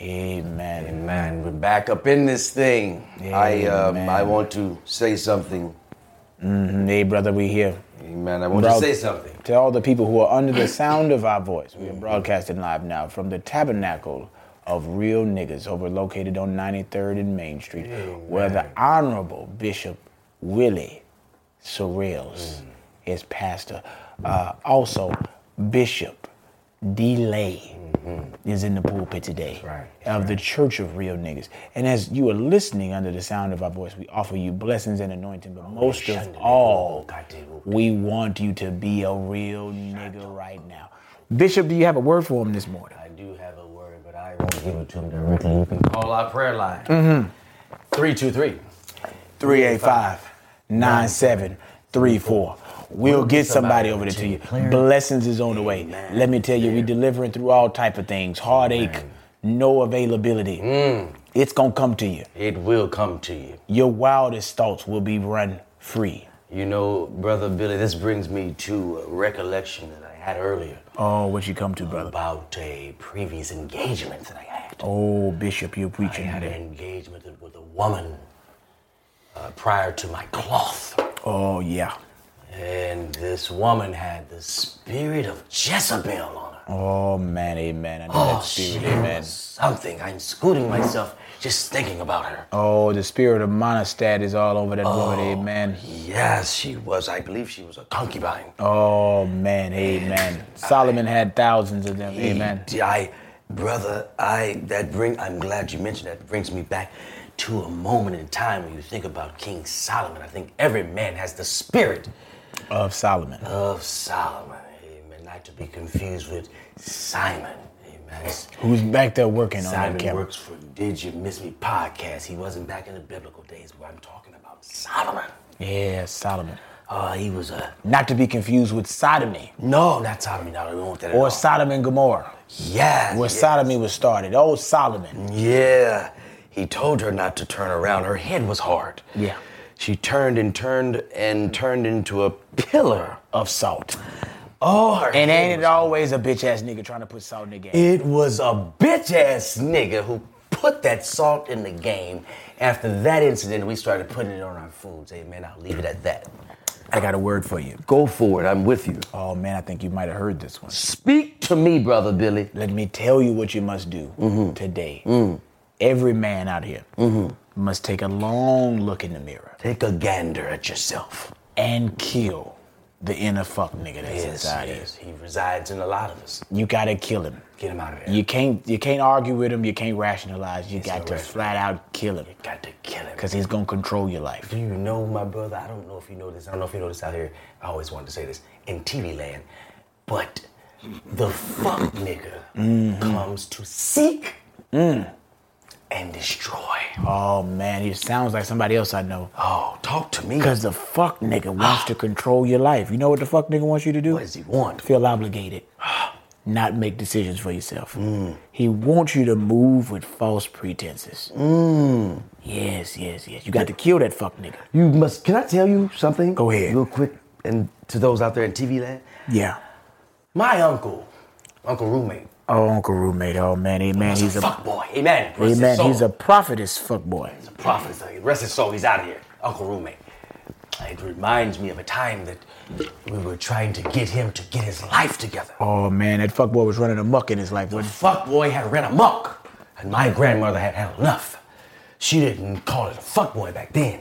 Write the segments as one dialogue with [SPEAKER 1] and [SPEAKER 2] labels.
[SPEAKER 1] Amen.
[SPEAKER 2] Amen. We're back up in this thing. I um,
[SPEAKER 1] Amen.
[SPEAKER 2] I want to say something.
[SPEAKER 1] Hey, brother, we here.
[SPEAKER 2] Amen. I want
[SPEAKER 1] Bro-
[SPEAKER 2] to say something.
[SPEAKER 1] To all the people who are under the sound of our voice, we are broadcasting live now from the tabernacle of real niggas over located on 93rd and Main Street, where the Honorable Bishop Willie Sorrells is pastor. Uh, also, Bishop Delay is in the pulpit today
[SPEAKER 2] Mm-hmm. right,
[SPEAKER 1] of the Church of Real Niggas. And as you are listening under the sound of our voice, we offer you blessings and anointing,
[SPEAKER 2] Oh,
[SPEAKER 1] but most of
[SPEAKER 2] Shandalay,
[SPEAKER 1] all,
[SPEAKER 2] oh, God, they will
[SPEAKER 1] we want you to be a real nigga right now. Bishop, do you have a word for him this morning?
[SPEAKER 2] I do have a word, but I won't give it to him directly. You can call our prayer line. Three two three.
[SPEAKER 1] 385 9734. We'll get somebody over there to you. Blessings is on the way. Let me tell you, we delivering through all type of things heartache, no availability. It's going to come to you.
[SPEAKER 2] It will come to you.
[SPEAKER 1] Your wildest thoughts will be run free.
[SPEAKER 2] You know, brother Billy, this brings me to a recollection that I had earlier
[SPEAKER 1] Oh, what you come to, brother?
[SPEAKER 2] about a previous engagement that I had.
[SPEAKER 1] Oh, Bishop, you're
[SPEAKER 2] I
[SPEAKER 1] preaching
[SPEAKER 2] had an
[SPEAKER 1] today.
[SPEAKER 2] engagement with a woman uh, prior to my cloth.
[SPEAKER 1] Oh, yeah.
[SPEAKER 2] And this woman had the spirit of Jezebel on her.
[SPEAKER 1] Oh, man, amen. I know
[SPEAKER 2] Oh,
[SPEAKER 1] that spirit,
[SPEAKER 2] she
[SPEAKER 1] amen.
[SPEAKER 2] was something. I'm scooting myself just thinking about her.
[SPEAKER 1] Oh, the spirit of Monostat is all over that woman, amen.
[SPEAKER 2] Yes, she was. I believe she was a concubine.
[SPEAKER 1] Oh, man, amen. Solomon had thousands of them, amen.
[SPEAKER 2] He- I, brother, I that bring. I'm glad you mentioned that. Brings me back to a moment in time when you think about King Solomon. I think every man has the spirit
[SPEAKER 1] Of Solomon.
[SPEAKER 2] of Solomon. Amen. Not to be confused with Simon. Amen.
[SPEAKER 1] Who's back there working on that
[SPEAKER 2] Simon
[SPEAKER 1] camera?
[SPEAKER 2] works for Did You Miss Me podcast. He wasn't back in the biblical days where I'm talking about Solomon.
[SPEAKER 1] Yeah, Solomon.
[SPEAKER 2] Oh, he was a
[SPEAKER 1] Not to be confused with sodomy
[SPEAKER 2] no, not Solomon. No, we don't want that. At
[SPEAKER 1] or
[SPEAKER 2] all.
[SPEAKER 1] Sodom and Gomorrah,
[SPEAKER 2] yeah,
[SPEAKER 1] where
[SPEAKER 2] yeah,
[SPEAKER 1] sodomy was started. Oh, Solomon.
[SPEAKER 2] yeah. He told her not to turn around. Her head was hard.
[SPEAKER 1] Yeah.
[SPEAKER 2] She turned and turned and turned into a pillar.
[SPEAKER 1] Of salt.
[SPEAKER 2] Oh, her
[SPEAKER 1] And
[SPEAKER 2] head
[SPEAKER 1] ain't it
[SPEAKER 2] was-
[SPEAKER 1] always a bitch ass nigga trying to put salt in the game?
[SPEAKER 2] It was a bitch ass nigga who put that salt in the game. After that incident, we started putting it on our foods. Amen. I'll leave it at that.
[SPEAKER 1] I got a word for you.
[SPEAKER 2] Go for it. I'm with you.
[SPEAKER 1] Oh man, I think you might have heard this one.
[SPEAKER 2] Speak to me, brother Billy.
[SPEAKER 1] Let me tell you what you must do
[SPEAKER 2] Mm-hmm.
[SPEAKER 1] today.
[SPEAKER 2] Mm.
[SPEAKER 1] Every man out here must take a long look in the mirror
[SPEAKER 2] Take a gander at yourself.
[SPEAKER 1] and kill the inner fuck nigga that's inside you.
[SPEAKER 2] yes. He resides in a lot of us.
[SPEAKER 1] You gotta kill him.
[SPEAKER 2] Get him out of there.
[SPEAKER 1] You can't you can't argue with him. You can't rationalize. You got
[SPEAKER 2] no
[SPEAKER 1] to
[SPEAKER 2] rational-
[SPEAKER 1] flat out kill him
[SPEAKER 2] got to kill him.
[SPEAKER 1] because he's gonna control your life.
[SPEAKER 2] Do you know, my brother? I don't know if you know this. I don't know if you know this out here. I always wanted to say this in TV land, but the fuck nigga
[SPEAKER 1] Mm-hmm.
[SPEAKER 2] comes to seek
[SPEAKER 1] Mm.
[SPEAKER 2] and destroy.
[SPEAKER 1] Oh man, he sounds like somebody else I know.
[SPEAKER 2] Oh, talk to me.
[SPEAKER 1] Because the fuck nigga
[SPEAKER 2] Ah.
[SPEAKER 1] wants to control your life. You know what the fuck nigga wants you to do?
[SPEAKER 2] What does he want?
[SPEAKER 1] Feel obligated. Not make decisions for yourself. He wants you to move with false pretenses. Yes, yes, yes. You got to kill that fuck nigga.
[SPEAKER 2] You must. Can I tell you something?
[SPEAKER 1] Go ahead.
[SPEAKER 2] Real quick, and to those out there in TV land,
[SPEAKER 1] Yeah.
[SPEAKER 2] my uncle, uncle roommate,
[SPEAKER 1] Oh, Uncle Roommate. Oh man, hey, man,
[SPEAKER 2] he's
[SPEAKER 1] he's
[SPEAKER 2] a
[SPEAKER 1] a
[SPEAKER 2] fuck boy. Amen. Rest
[SPEAKER 1] hey,
[SPEAKER 2] his
[SPEAKER 1] man,
[SPEAKER 2] soul.
[SPEAKER 1] he's a prophetess fuck boy.
[SPEAKER 2] prophet. It's like, Rest his soul. He's out of here. Uncle roommate. It reminds me of a time that we were trying to get him to get his life together.
[SPEAKER 1] Oh man, that fuck boy was running amok in his life.
[SPEAKER 2] The
[SPEAKER 1] wasn't he?
[SPEAKER 2] fuck boy had ran amok, and my grandmother had had enough. She didn't call it a fuck boy back then.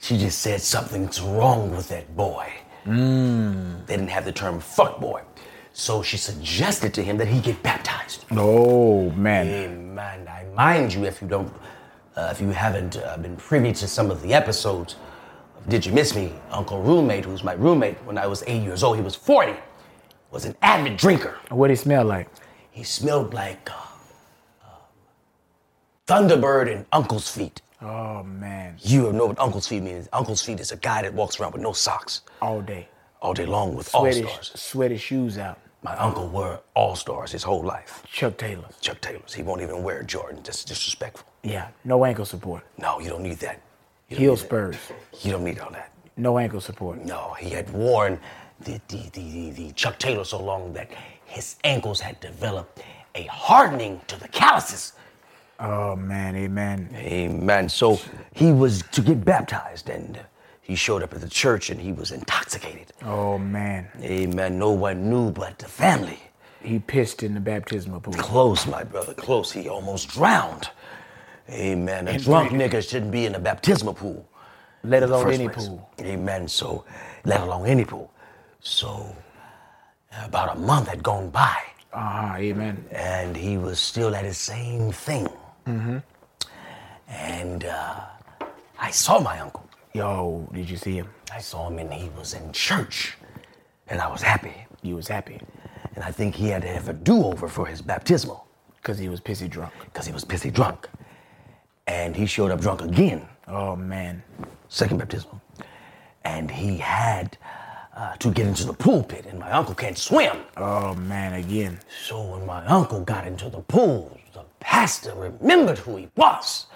[SPEAKER 2] She just said something's wrong with that boy. They didn't have the term fuck boy, so she suggested to him that he get baptized.
[SPEAKER 1] Oh man.
[SPEAKER 2] Amen. I mind you, if you don't, uh, if you haven't uh, been privy to some of the episodes, of did you miss me? Uncle roommate, who's my roommate when I was eight years old, he was forty, was an avid drinker.
[SPEAKER 1] What he smell like?
[SPEAKER 2] He smelled like uh, uh, Thunderbird and Uncle's feet.
[SPEAKER 1] Oh man,
[SPEAKER 2] You know what Uncle's feet means? Uncle's feet is a guy that walks around with no socks
[SPEAKER 1] all day.
[SPEAKER 2] all day long with all
[SPEAKER 1] Sweaty,
[SPEAKER 2] stars.
[SPEAKER 1] sweaty shoes out.
[SPEAKER 2] My uncle wore all stars his whole life.
[SPEAKER 1] Chuck Taylors.
[SPEAKER 2] Chuck Taylor's. He won't even wear Jordan. That's disrespectful.
[SPEAKER 1] Yeah, no ankle support.
[SPEAKER 2] No, you don't need that. You don't
[SPEAKER 1] Heel
[SPEAKER 2] need that.
[SPEAKER 1] spurs.
[SPEAKER 2] You don't need all that.
[SPEAKER 1] No ankle support.
[SPEAKER 2] No, he had worn the, the, the, the, the Chuck Taylor so long that his ankles had developed a hardening to the calluses.
[SPEAKER 1] Oh man, amen.
[SPEAKER 2] Amen. So he was to get baptized, and he showed up at the church, and he was intoxicated.
[SPEAKER 1] Oh man.
[SPEAKER 2] Amen. No one knew but the family.
[SPEAKER 1] He pissed in the baptismal pool.
[SPEAKER 2] Close, my brother, close. He almost drowned. Amen. A drunk nigga shouldn't be in a baptismal pool.
[SPEAKER 1] Let
[SPEAKER 2] in the
[SPEAKER 1] alone
[SPEAKER 2] first
[SPEAKER 1] any
[SPEAKER 2] place.
[SPEAKER 1] pool.
[SPEAKER 2] Amen. So, let alone any pool. So, about a month had gone by,
[SPEAKER 1] Ah, amen.
[SPEAKER 2] and he was still at his same thing.
[SPEAKER 1] Mm-hmm.
[SPEAKER 2] And uh, I saw my uncle.
[SPEAKER 1] Yo, did you see him?
[SPEAKER 2] I saw him, and he was in church, and I was happy.
[SPEAKER 1] He was happy
[SPEAKER 2] And I think he had to have a do-over for his baptismal.
[SPEAKER 1] because he was pissy drunk.
[SPEAKER 2] because he was pissy drunk. And he showed up drunk again,
[SPEAKER 1] Oh man.
[SPEAKER 2] second baptismal. And he had uh, to get into the pulpit, and my uncle can't swim.
[SPEAKER 1] Oh man, again.
[SPEAKER 2] So when my uncle got into the pool, the pastor remembered who he was.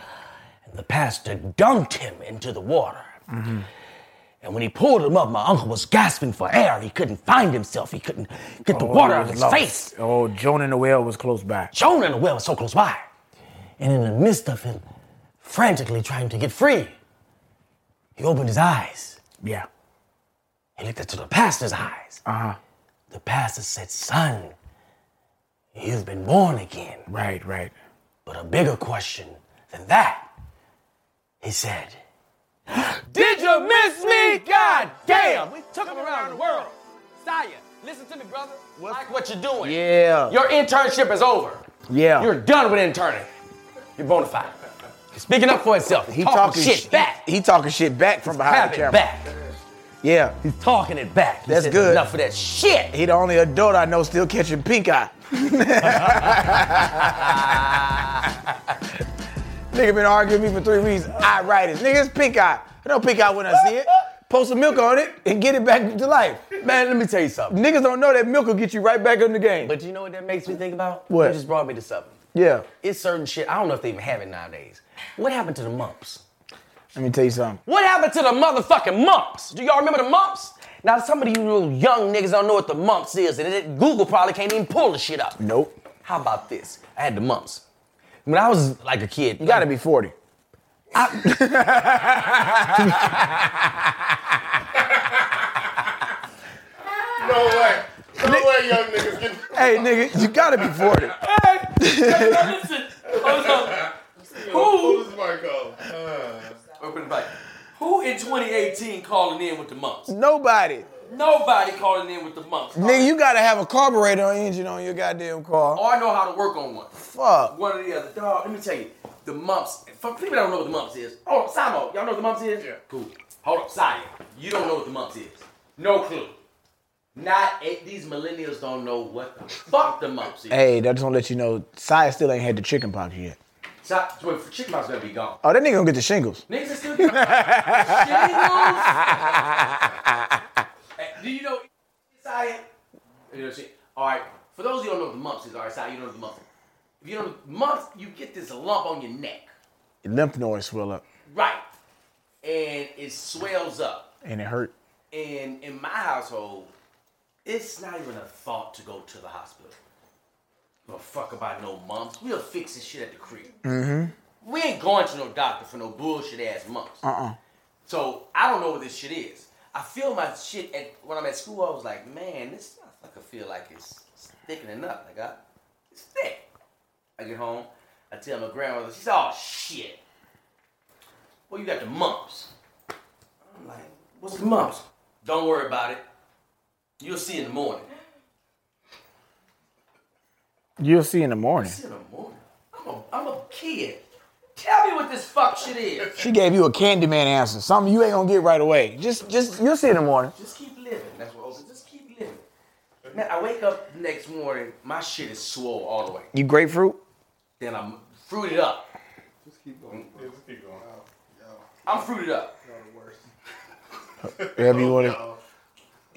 [SPEAKER 2] And the pastor dunked him into the water.
[SPEAKER 1] Mm-hmm.
[SPEAKER 2] And when he pulled him up, my uncle was gasping for air. He couldn't find himself. He couldn't get the
[SPEAKER 1] Oh,
[SPEAKER 2] water
[SPEAKER 1] he
[SPEAKER 2] out of
[SPEAKER 1] was
[SPEAKER 2] his
[SPEAKER 1] lost.
[SPEAKER 2] face.
[SPEAKER 1] Oh, Joan and the whale was close by.
[SPEAKER 2] Jonah and the whale were so close by. And in the midst of him frantically trying to get free, he opened his eyes.
[SPEAKER 1] Yeah.
[SPEAKER 2] He looked into the pastor's eyes.
[SPEAKER 1] Uh huh.
[SPEAKER 2] The pastor said, Son, you've been born again.
[SPEAKER 1] Right, right.
[SPEAKER 2] But a bigger question than that, he said, Did you miss me? God damn! We took him around the world. Saya, listen to me, brother. Like what you're doing.
[SPEAKER 1] Yeah.
[SPEAKER 2] Your internship is over.
[SPEAKER 1] Yeah.
[SPEAKER 2] You're done with interning. You're bona fide. You're speaking up for yourself. He's talking, shit
[SPEAKER 1] sh-
[SPEAKER 2] back.
[SPEAKER 1] He, he talking shit back from behind
[SPEAKER 2] Have
[SPEAKER 1] the
[SPEAKER 2] it
[SPEAKER 1] camera.
[SPEAKER 2] back.
[SPEAKER 1] Yeah.
[SPEAKER 2] He's talking it back. He
[SPEAKER 1] That's
[SPEAKER 2] said,
[SPEAKER 1] good.
[SPEAKER 2] Enough of that shit.
[SPEAKER 1] He the only adult I know still catching pink eye. Nigga been arguing with me for three weeks. I write it. Nigga, it's pink eye. I know pink eye when I see it. Pour some milk on it and get it back to life.
[SPEAKER 2] Man, let me tell you something.
[SPEAKER 1] Niggas don't know that milk will get you right back in the game.
[SPEAKER 2] But you know what that makes me think about?
[SPEAKER 1] What?
[SPEAKER 2] You just brought me to something.
[SPEAKER 1] yeah.
[SPEAKER 2] It's certain shit. I don't know if they even have it nowadays. What happened to the mumps?
[SPEAKER 1] Let me tell you something.
[SPEAKER 2] What happened to the motherfucking mumps? Do y'all remember the mumps? Now, some of you little young niggas don't know what the mumps is, and it, Google probably can't even pull the shit up.
[SPEAKER 1] Nope.
[SPEAKER 2] How about this? I had the mumps. When I was like a kid,
[SPEAKER 1] You gotta be 40.
[SPEAKER 3] No way. No way, young niggas. Get,
[SPEAKER 1] Hey, nigga, you gotta be 40.
[SPEAKER 4] Listen, hold on. Who,
[SPEAKER 3] pull this mic off. Uh,
[SPEAKER 2] Open bike.
[SPEAKER 4] who in 2018 calling in with the mumps?
[SPEAKER 1] Nobody.
[SPEAKER 4] Nobody calling in with the mumps.
[SPEAKER 1] Nigga, you gotta have a carburetor engine on your goddamn car.
[SPEAKER 4] Or Oh, I know how to work on one.
[SPEAKER 1] Fuck.
[SPEAKER 4] One or the other. Dog, let me tell you. The mumps. For people that don't know what the mumps is. Hold up, Simo. Y'all know what the mumps is?
[SPEAKER 3] Yeah.
[SPEAKER 4] Cool. Hold up, Sire. You don't know what the mumps is. No clue. Not a, these millennials don't know what the fuck the mumps is.
[SPEAKER 1] Hey, I just wanna let you know, Sia still ain't had the chicken pox yet.
[SPEAKER 4] Stop. Wait, for chicken mouth's gonna be gone.
[SPEAKER 1] Oh, that nigga gonna get the shingles.
[SPEAKER 4] Niggas are still shingles. hey, Eh, do you know Sire? You know, shit. all right. For those of you who don't know what the mumps is, all right, Sire, you don't know what the mumps. Is. If you don't know the mumps, you get this lump on your neck,
[SPEAKER 1] Lymph nodes swell up
[SPEAKER 4] right, and it swells up.
[SPEAKER 1] and it hurt.
[SPEAKER 4] And in my household, it's not even a thought to go to the hospital. Well, fuck about no mumps. We'll fix this shit at the crib. Mm-hmm. We ain't going to no doctor for no bullshit ass mumps.
[SPEAKER 1] Uh-uh.
[SPEAKER 4] So I don't know what this shit is. I feel my shit at when I'm at school. I was like, man, this motherfucker feel like it's thickening up. Like I, it's thick. I get home. I tell my grandmother. She's all shit. Well, you got the mumps. I'm like, what's the mumps? Don't worry about it. You'll see in the morning.
[SPEAKER 1] You'll see in the morning.
[SPEAKER 4] See in the morning. I'm a, I'm a kid. Tell me what this fuck shit is.
[SPEAKER 1] She gave you a Candyman answer, something you ain't gonna get right away. Just, just, you'll see in the morning.
[SPEAKER 4] Just keep living. That's what I was. Just keep living. Now I wake up the next morning, my shit is swole all the way.
[SPEAKER 1] You grapefruit?
[SPEAKER 4] Then I'm fruited up.
[SPEAKER 3] yeah, just keep going.
[SPEAKER 4] I'm fruited up.
[SPEAKER 1] Whatever you want to. You Oh.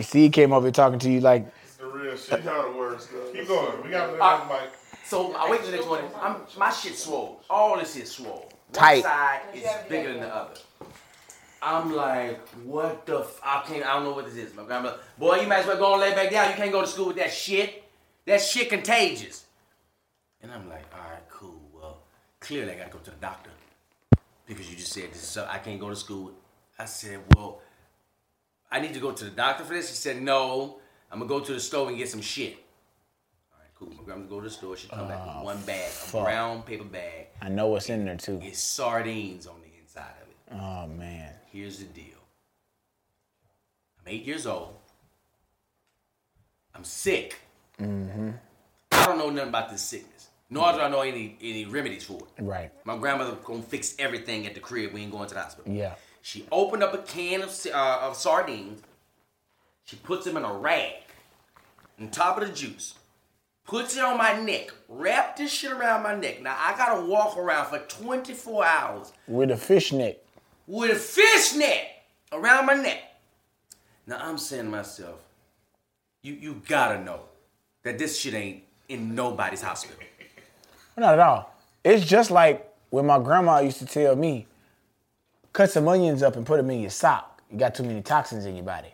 [SPEAKER 1] see, he came over here talking to you like,
[SPEAKER 3] It's the real shit. Y'all the worst. Ah. Keep going. We got another
[SPEAKER 4] Uh,
[SPEAKER 3] mic.
[SPEAKER 4] So I wake up the next morning, I'm, my shit swole. All this shit swole.
[SPEAKER 1] Tight.
[SPEAKER 4] One side is bigger than the other. I'm like, what the f- I can't, I don't know what this is. My grandma, boy, you might as well go and lay back down. You can't go to school with that shit. That shit contagious. And I'm like, all right, cool. Well,
[SPEAKER 2] clearly I gotta go to the doctor because you just said this is so I can't go to school. I said, well, I need to go to the doctor for this. She said, no, I'm gonna go to the store and get some shit. All right, cool. I'm gonna go to the store. She come back
[SPEAKER 1] Ah,
[SPEAKER 2] with one bag, a brown paper bag.
[SPEAKER 1] I know what's in there too.
[SPEAKER 2] It's sardines on the inside of it
[SPEAKER 1] Oh man.
[SPEAKER 2] here's the deal. I'm eight years old. I'm sick.
[SPEAKER 1] Mm-hmm.
[SPEAKER 2] I don't know nothing about this sickness. Nor do I know any any remedies for it.
[SPEAKER 1] Right.
[SPEAKER 2] My grandmother gonna fix everything at the crib. We ain't going to the hospital.
[SPEAKER 1] Yeah.
[SPEAKER 2] She opened up a can of s- uh, of sardines. She puts them in a rag on top of the juice. Puts it on my neck. Wrap this shit around my neck. Now I gotta walk around for 24 hours
[SPEAKER 1] With a fishnet.
[SPEAKER 2] with a fishnet around my neck. Now I'm saying to myself, you you gotta know that this shit ain't in nobody's hospital.
[SPEAKER 1] Not at all. It's just like when my grandma used to tell me, cut some onions up and put them in your sock. You got too many toxins in your body.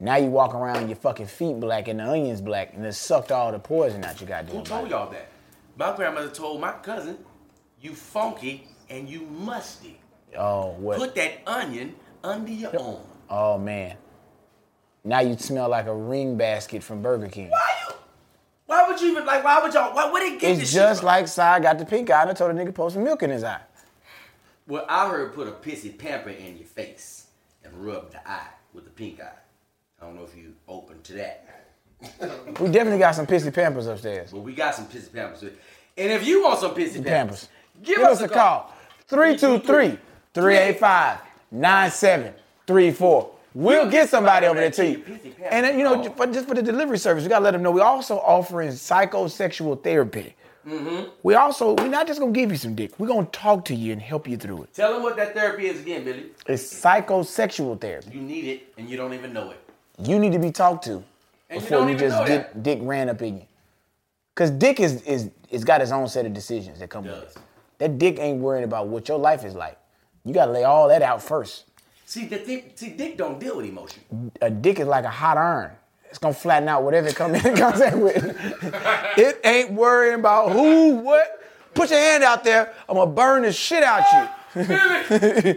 [SPEAKER 1] Now you walk around, your fucking feet black and the onions black, and it sucked all the poison out you got
[SPEAKER 2] Who
[SPEAKER 1] doing.
[SPEAKER 2] told y'all that? My grandmother told my cousin, you funky and you musty.
[SPEAKER 1] Oh, what?
[SPEAKER 2] Put that onion under your arm.
[SPEAKER 1] oh man. Now you smell like a ring basket from Burger King.
[SPEAKER 2] Why you? Why would you even like? Why would y'all? Why would it get this
[SPEAKER 1] It's
[SPEAKER 2] shit
[SPEAKER 1] just
[SPEAKER 2] from?
[SPEAKER 1] like Sai got the pink eye and I told a nigga pour some milk in his eye.
[SPEAKER 2] Well, I heard put a pissy pamper in your face and rub the eye with the pink eye. I don't know if you open to that.
[SPEAKER 1] We definitely got some pissy pampers upstairs.
[SPEAKER 2] But we got some pissy pampers. And if you want some pissy
[SPEAKER 1] Pampers.
[SPEAKER 2] pampers,
[SPEAKER 1] Give us a call. 323-385-9734. We'll get somebody over there to you. And then, you know, ju- for, just for the delivery service, we gotta let them know we're also offering psychosexual therapy. We also, we're not just gonna give you some dick. We're gonna talk to you and help you through it.
[SPEAKER 2] Tell them what that therapy is again, Billy.
[SPEAKER 1] It's psychosexual therapy.
[SPEAKER 2] You need it and you don't even know it.
[SPEAKER 1] You need to be talked to
[SPEAKER 2] And you
[SPEAKER 1] before
[SPEAKER 2] don't
[SPEAKER 1] you,
[SPEAKER 2] even
[SPEAKER 1] just
[SPEAKER 2] know
[SPEAKER 1] get dick ran up in you. Cause dick is is is got his own set of decisions that come with
[SPEAKER 2] Does.
[SPEAKER 1] it. That dick ain't worrying about what your life is like. You gotta lay all that out first.
[SPEAKER 2] See, the thing, see, Dick don't deal with emotion.
[SPEAKER 1] A dick is like a hot iron. It's gonna flatten out whatever it comes in contact with. it ain't worrying about who, what. Put your hand out there. I'm gonna burn the shit out you.
[SPEAKER 2] Dick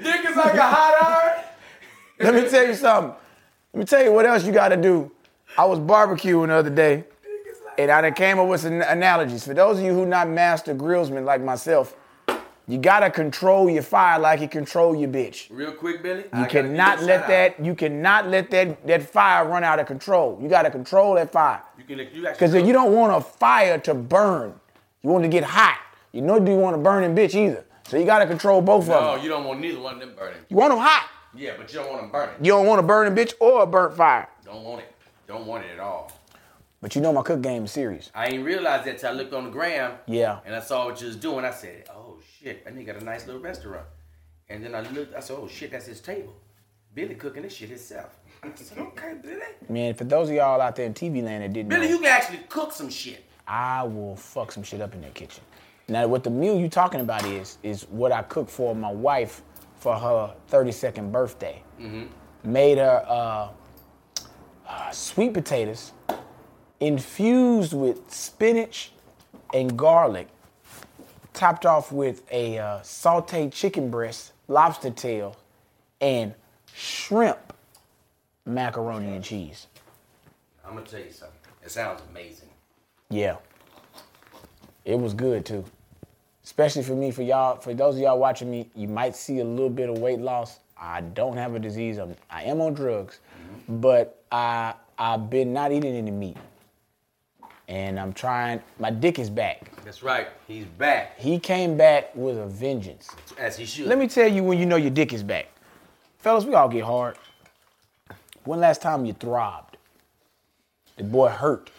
[SPEAKER 2] is like a hot iron.
[SPEAKER 1] Let me tell you something. Let me tell you what else you gotta do. I was barbecuing the other day, and I done came up with some analogies. For those of you who not master grillsmen like myself, you gotta control your fire like you control your bitch.
[SPEAKER 2] Real quick, Billy.
[SPEAKER 1] You cannot let that. You cannot let that that fire run out of control. You gotta control that fire.
[SPEAKER 2] You can. You actually.
[SPEAKER 1] Because you don't want a fire to burn. You want to get hot. You know, do you want a burning bitch either? So you gotta control both of
[SPEAKER 2] No,
[SPEAKER 1] them.
[SPEAKER 2] you don't want neither one of them burning.
[SPEAKER 1] You want them hot.
[SPEAKER 2] Yeah, but you don't want them burning.
[SPEAKER 1] You don't want a burning bitch or a burnt fire.
[SPEAKER 2] Don't want it. Don't want it at all.
[SPEAKER 1] But you know my cook game is serious.
[SPEAKER 2] I ain't realized that till I looked on the gram.
[SPEAKER 1] Yeah.
[SPEAKER 2] And I saw what you was doing. I said, "Oh shit, that nigga got a nice little restaurant." And then I looked. I said, "Oh shit, that's his table." Billy cooking this shit himself. I said, "Okay, Billy."
[SPEAKER 1] Man, for those of y'all out there in TV land that didn't
[SPEAKER 2] Billy,
[SPEAKER 1] know,
[SPEAKER 2] you can actually cook some shit.
[SPEAKER 1] I will fuck some shit up in that kitchen. Now, what the meal you talking about is is what I cooked for my wife for her 32nd birthday. Made her uh, uh, sweet potatoes infused with spinach and garlic, topped off with a uh, sautéed chicken breast, lobster tail, and shrimp macaroni and cheese.
[SPEAKER 2] I'm gonna tell you something. It sounds amazing.
[SPEAKER 1] Yeah. It was good too. Especially for me, for y'all, for those of y'all watching me, you might see a little bit of weight loss. I don't have a disease. I'm, I am on drugs, but I I've been not eating any meat, and I'm trying. My dick is back.
[SPEAKER 2] That's right. He's back
[SPEAKER 1] He came back with a vengeance.
[SPEAKER 2] as he should.
[SPEAKER 1] Let me tell you when you know your dick is back, fellas. We all get hard. When last time you throbbed? The boy hurt.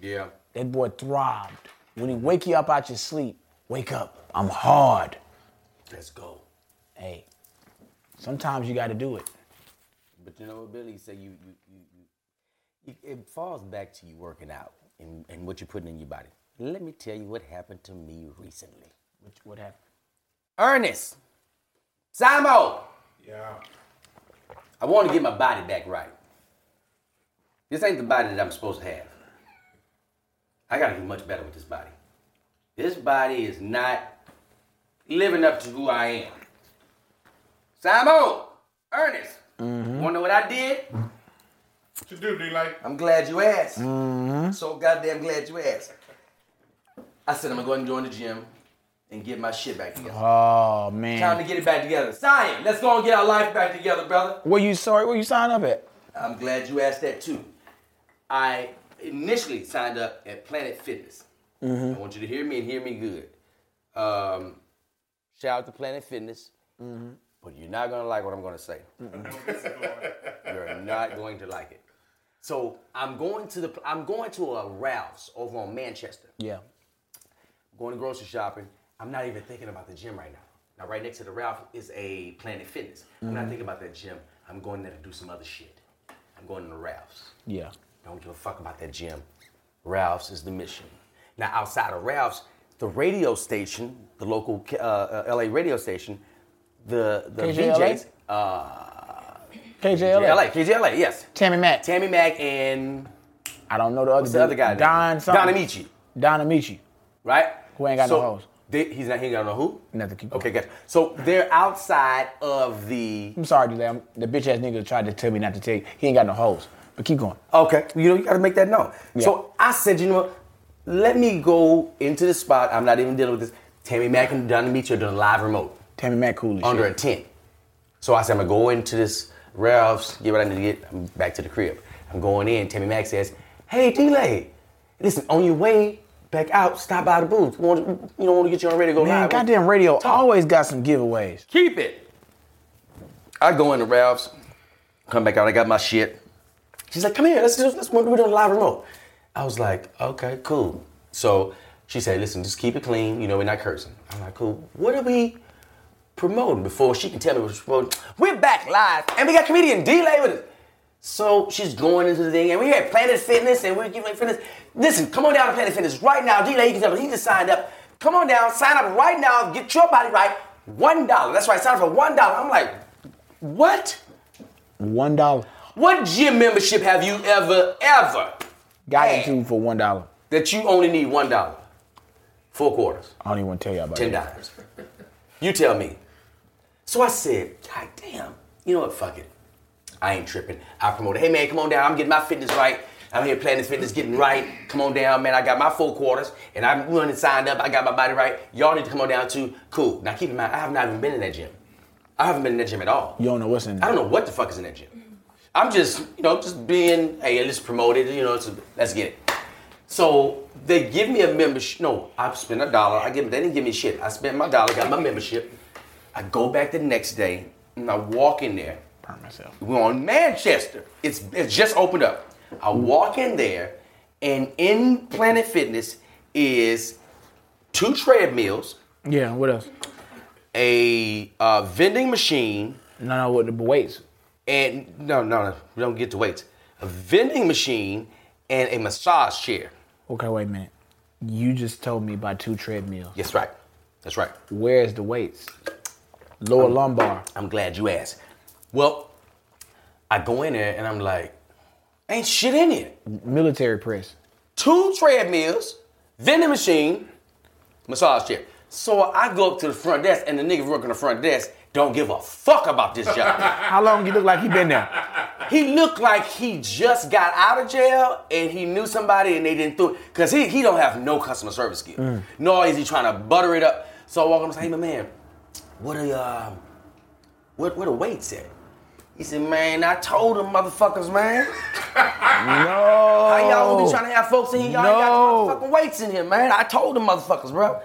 [SPEAKER 2] Yeah.
[SPEAKER 1] That boy throbbed. When he wake you up out your sleep, wake up. I'm hard.
[SPEAKER 2] Let's go.
[SPEAKER 1] Hey, sometimes you got to do it.
[SPEAKER 2] But you know what, Billy said, you, you, you, you, it it falls back to you working out and, and what you're putting in your body. Let me tell you what happened to me recently.
[SPEAKER 1] What, what happened?
[SPEAKER 2] Ernest, Samo,
[SPEAKER 3] Yeah.
[SPEAKER 2] I want to get my body back right. This ain't the body that I'm supposed to have. I got to do much better with this body. This body is not living up to who I am. Samo, Ernest, wanna know what I did?
[SPEAKER 3] What you do, D like?
[SPEAKER 2] I'm glad you asked. So goddamn glad you asked. I said I'm gonna go and join the gym and get my shit back together.
[SPEAKER 4] Oh
[SPEAKER 2] Time
[SPEAKER 4] man.
[SPEAKER 2] to get it back together. Zion, let's go and get our life back together, brother.
[SPEAKER 4] Where you sorry? Where you sign up at?
[SPEAKER 2] I'm glad you asked that too. I initially signed up at Planet Fitness. I want you to hear me and hear me good. Um, shout out to Planet Fitness, but you're not gonna like what I'm gonna say. you're not going to like it. So I'm going to the I'm going to a Ralph's over on Manchester.
[SPEAKER 4] Yeah.
[SPEAKER 2] Going to grocery shopping. I'm not even thinking about the gym right now. Now right next to the Ralph is a Planet Fitness. I'm
[SPEAKER 4] Mm-hmm.
[SPEAKER 2] not thinking about that gym. I'm going there to do some other shit. I'm going to the Ralph's.
[SPEAKER 4] Yeah.
[SPEAKER 2] Don't give a fuck about that gym. Ralph's is the mission. Now, outside of Ralph's, the radio station, the local uh, uh, LA radio station, the the
[SPEAKER 4] KJLA?
[SPEAKER 2] VJs, uh,
[SPEAKER 4] KJLA.
[SPEAKER 2] LA, KJLA, yes.
[SPEAKER 4] Tammy Matt.
[SPEAKER 2] Tammy Mack and
[SPEAKER 4] I don't know the other.
[SPEAKER 2] what's the other guy?
[SPEAKER 4] Don.
[SPEAKER 2] name?
[SPEAKER 4] something.
[SPEAKER 2] Don Amici,
[SPEAKER 4] Don Amici.
[SPEAKER 2] right?
[SPEAKER 4] Who ain't got no hoes.
[SPEAKER 2] they- he's not. He ain't got no who.
[SPEAKER 4] Nothing. Keep
[SPEAKER 2] Okay,
[SPEAKER 4] going.
[SPEAKER 2] gotcha. So they're outside of the.
[SPEAKER 4] I'm sorry, Delay. I'm- The bitch ass nigga tried to tell me not to tell you. He ain't got no hoes. But keep going.
[SPEAKER 2] Okay, you know you got to make that known. So I said, you know, what? let me go into the spot. I'm not even dealing with this. Tammy Mack and Don Amici are doing live remote.
[SPEAKER 4] Tammy Matt cool as
[SPEAKER 2] under a
[SPEAKER 4] shit.
[SPEAKER 2] tent. So I said, I'm gonna go into this Ralph's, get what I need to get, I'm back to the crib. I'm going in. Tammy Mack says, Hey, D-Lay, listen, on your way back out, stop by the booth. You, want, you don't want to get you on ready to go
[SPEAKER 4] Man,
[SPEAKER 2] live.
[SPEAKER 4] goddamn radio always got some giveaways.
[SPEAKER 2] Keep it. I go into Ralph's, come back out, I got my shit. She's like, come here, let's do let's we're doing a live remote. I was like, okay, cool. So she said, listen, just keep it clean, you know, we're not cursing. I'm like, cool. What are we promoting before she can tell me what we're promoting? We're back live, and we got comedian D-Lay with us. So she's going into the thing, and we're at Planet Fitness, and we're giving fitness. Listen, come on down to Planet Fitness right now. D-Lay, you can tell me, he just signed up. Come on down, sign up right now, get your body right. One dollar. That's right, sign up for one dollar. I'm like, what?
[SPEAKER 4] One dollar.
[SPEAKER 2] What gym membership have you ever, ever
[SPEAKER 4] Got
[SPEAKER 2] Hey.
[SPEAKER 4] into for one dollar.
[SPEAKER 2] that you only need one dollar? Four quarters,
[SPEAKER 4] I don't even want to tell y'all about
[SPEAKER 2] ten
[SPEAKER 4] it.
[SPEAKER 2] dollars. You tell me. So I said, God damn, you know what? Fuck it. I ain't tripping. I promoted, hey man, come on down. I'm getting my fitness right. I'm here playing this fitness, getting right. Come on down, man. I got my four quarters and I'm running signed up. I got my body right. Y'all need to come on down too. Cool. Now keep in mind, I have not even been in that gym. I haven't been in that gym at all.
[SPEAKER 4] You don't know what's in
[SPEAKER 2] I
[SPEAKER 4] there.
[SPEAKER 2] don't know what the fuck is in that gym. I'm just, you know, just being, hey, let's promote it, you know, so let's get it. So they give me a membership. No, I spent a dollar. I give, they didn't give me shit. I spent my dollar, got my membership. I go back the next day and I walk in there.
[SPEAKER 4] Burn myself.
[SPEAKER 2] We're on Manchester. It's it's just opened up. I walk in there, and in Planet Fitness is two treadmills,
[SPEAKER 4] Yeah, what else?
[SPEAKER 2] a uh, vending machine,
[SPEAKER 4] No, no, what the weights.
[SPEAKER 2] and no, no, no, we don't get to weights. A vending machine and a massage chair.
[SPEAKER 4] Okay, wait a minute. You just told me about two treadmills.
[SPEAKER 2] Yes, right. That's right.
[SPEAKER 4] Where's the weights? Lower lumbar.
[SPEAKER 2] I'm glad you asked. Well, I go in there and I'm like, ain't shit in here.
[SPEAKER 4] Military press.
[SPEAKER 2] Two treadmills, vending machine, massage chair. So I go up to the front desk and the nigga working the front desk don't give a fuck about this job.
[SPEAKER 4] How long you look like you been there?
[SPEAKER 2] he looked like he just got out of jail and he knew somebody and they didn't do it. Cause he, he don't have no customer service skill. Nor is he trying to butter it up. So I walk up and say, hey my man, what are um what what the weights at? He said, man, I told them motherfuckers, man.
[SPEAKER 4] No.
[SPEAKER 2] Why y'all gonna be trying to have folks in here? Y'all
[SPEAKER 4] No.
[SPEAKER 2] ain't got no motherfucking weights in here, man. I told them motherfuckers, bro.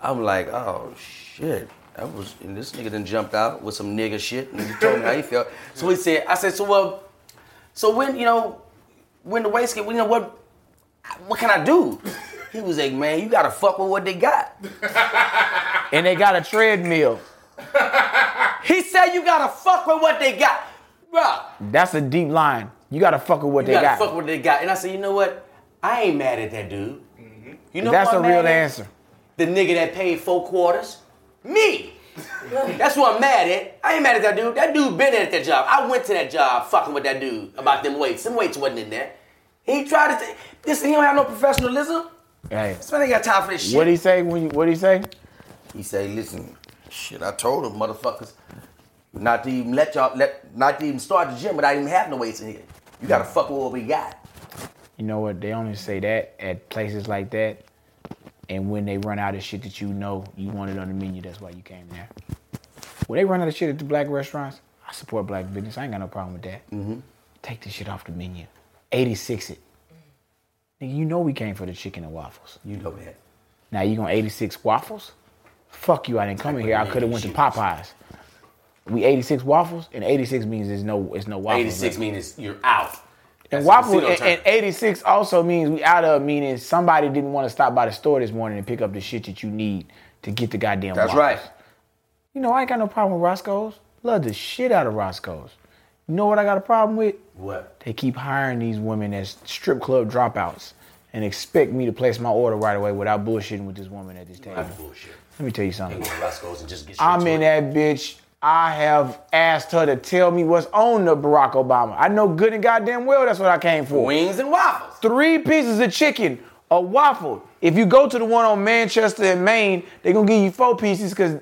[SPEAKER 2] I'm like, oh shit. That was and this nigga then jumped out with some nigga shit and he told me how he felt. So he said, I said, so well, so when, you know, when the weights get, you know what what can I do? He was like, man, you gotta fuck with what they got.
[SPEAKER 4] and they got a treadmill.
[SPEAKER 2] He said you gotta fuck with what they got. Bruh.
[SPEAKER 4] That's a deep line. You gotta fuck with what
[SPEAKER 2] You
[SPEAKER 4] they
[SPEAKER 2] gotta
[SPEAKER 4] got.
[SPEAKER 2] fuck with what they got. And I said, you know what? I ain't mad at that dude. You know
[SPEAKER 4] That's
[SPEAKER 2] who
[SPEAKER 4] a
[SPEAKER 2] I'm mad
[SPEAKER 4] real
[SPEAKER 2] at?
[SPEAKER 4] answer.
[SPEAKER 2] The nigga that paid four quarters? Me! That's what I'm mad at. I ain't mad at that dude. That dude been at that job. I went to that job fucking with that dude about them weights. Them weights wasn't in there. He tried to, th- this, he don't have no professionalism.
[SPEAKER 1] Hey,
[SPEAKER 5] This man ain't got time for this shit.
[SPEAKER 1] what he say? When you, what he say?
[SPEAKER 5] He say, listen, shit, I told him, motherfuckers, not to even let y'all let not to even start the gym without even having no weights in here. You gotta fuck with what we got.
[SPEAKER 1] You know what? They only say that at places like that, and when they run out of shit that you know you wanted on the menu, that's why you came there. When they run out of shit at the black restaurants, I support black business. I ain't got no problem with that.
[SPEAKER 2] Mm-hmm.
[SPEAKER 1] Take this shit off the menu. 86 it. Nigga, you know we came for the chicken and waffles.
[SPEAKER 5] You know that.
[SPEAKER 1] Now you gonna 86 waffles? Fuck you! I didn't come in here. I could have went to Popeyes. We 86 waffles, and 86 means there's no, it's no waffles. left.
[SPEAKER 2] 86 means you're out.
[SPEAKER 1] And
[SPEAKER 2] That's a
[SPEAKER 1] waffle
[SPEAKER 2] casino
[SPEAKER 1] and,
[SPEAKER 2] term.
[SPEAKER 1] and 86 also means we out of meaning somebody didn't want to stop by the store this morning and pick up the shit that you need to get the goddamn
[SPEAKER 5] That's
[SPEAKER 1] waffles.
[SPEAKER 5] right.
[SPEAKER 1] You know, I ain't got no problem with Roscoe's. Love the shit out of Roscoe's. You know what I got a problem with?
[SPEAKER 2] What?
[SPEAKER 1] They keep hiring these women as strip club dropouts and expect me to place my order right away without bullshitting with this woman at this table.
[SPEAKER 2] That's bullshit.
[SPEAKER 1] Let me tell you something.
[SPEAKER 2] Go to Roscoe's and just get straight
[SPEAKER 1] I'm
[SPEAKER 2] to
[SPEAKER 1] in
[SPEAKER 2] it.
[SPEAKER 1] that bitch. I have asked her to tell me what's on the Barack Obama. I know good and goddamn well that's what I came for
[SPEAKER 5] Wings and waffles.
[SPEAKER 1] three pieces of chicken, a waffle. If you go to the one on Manchester and Maine, they gonna give you four pieces because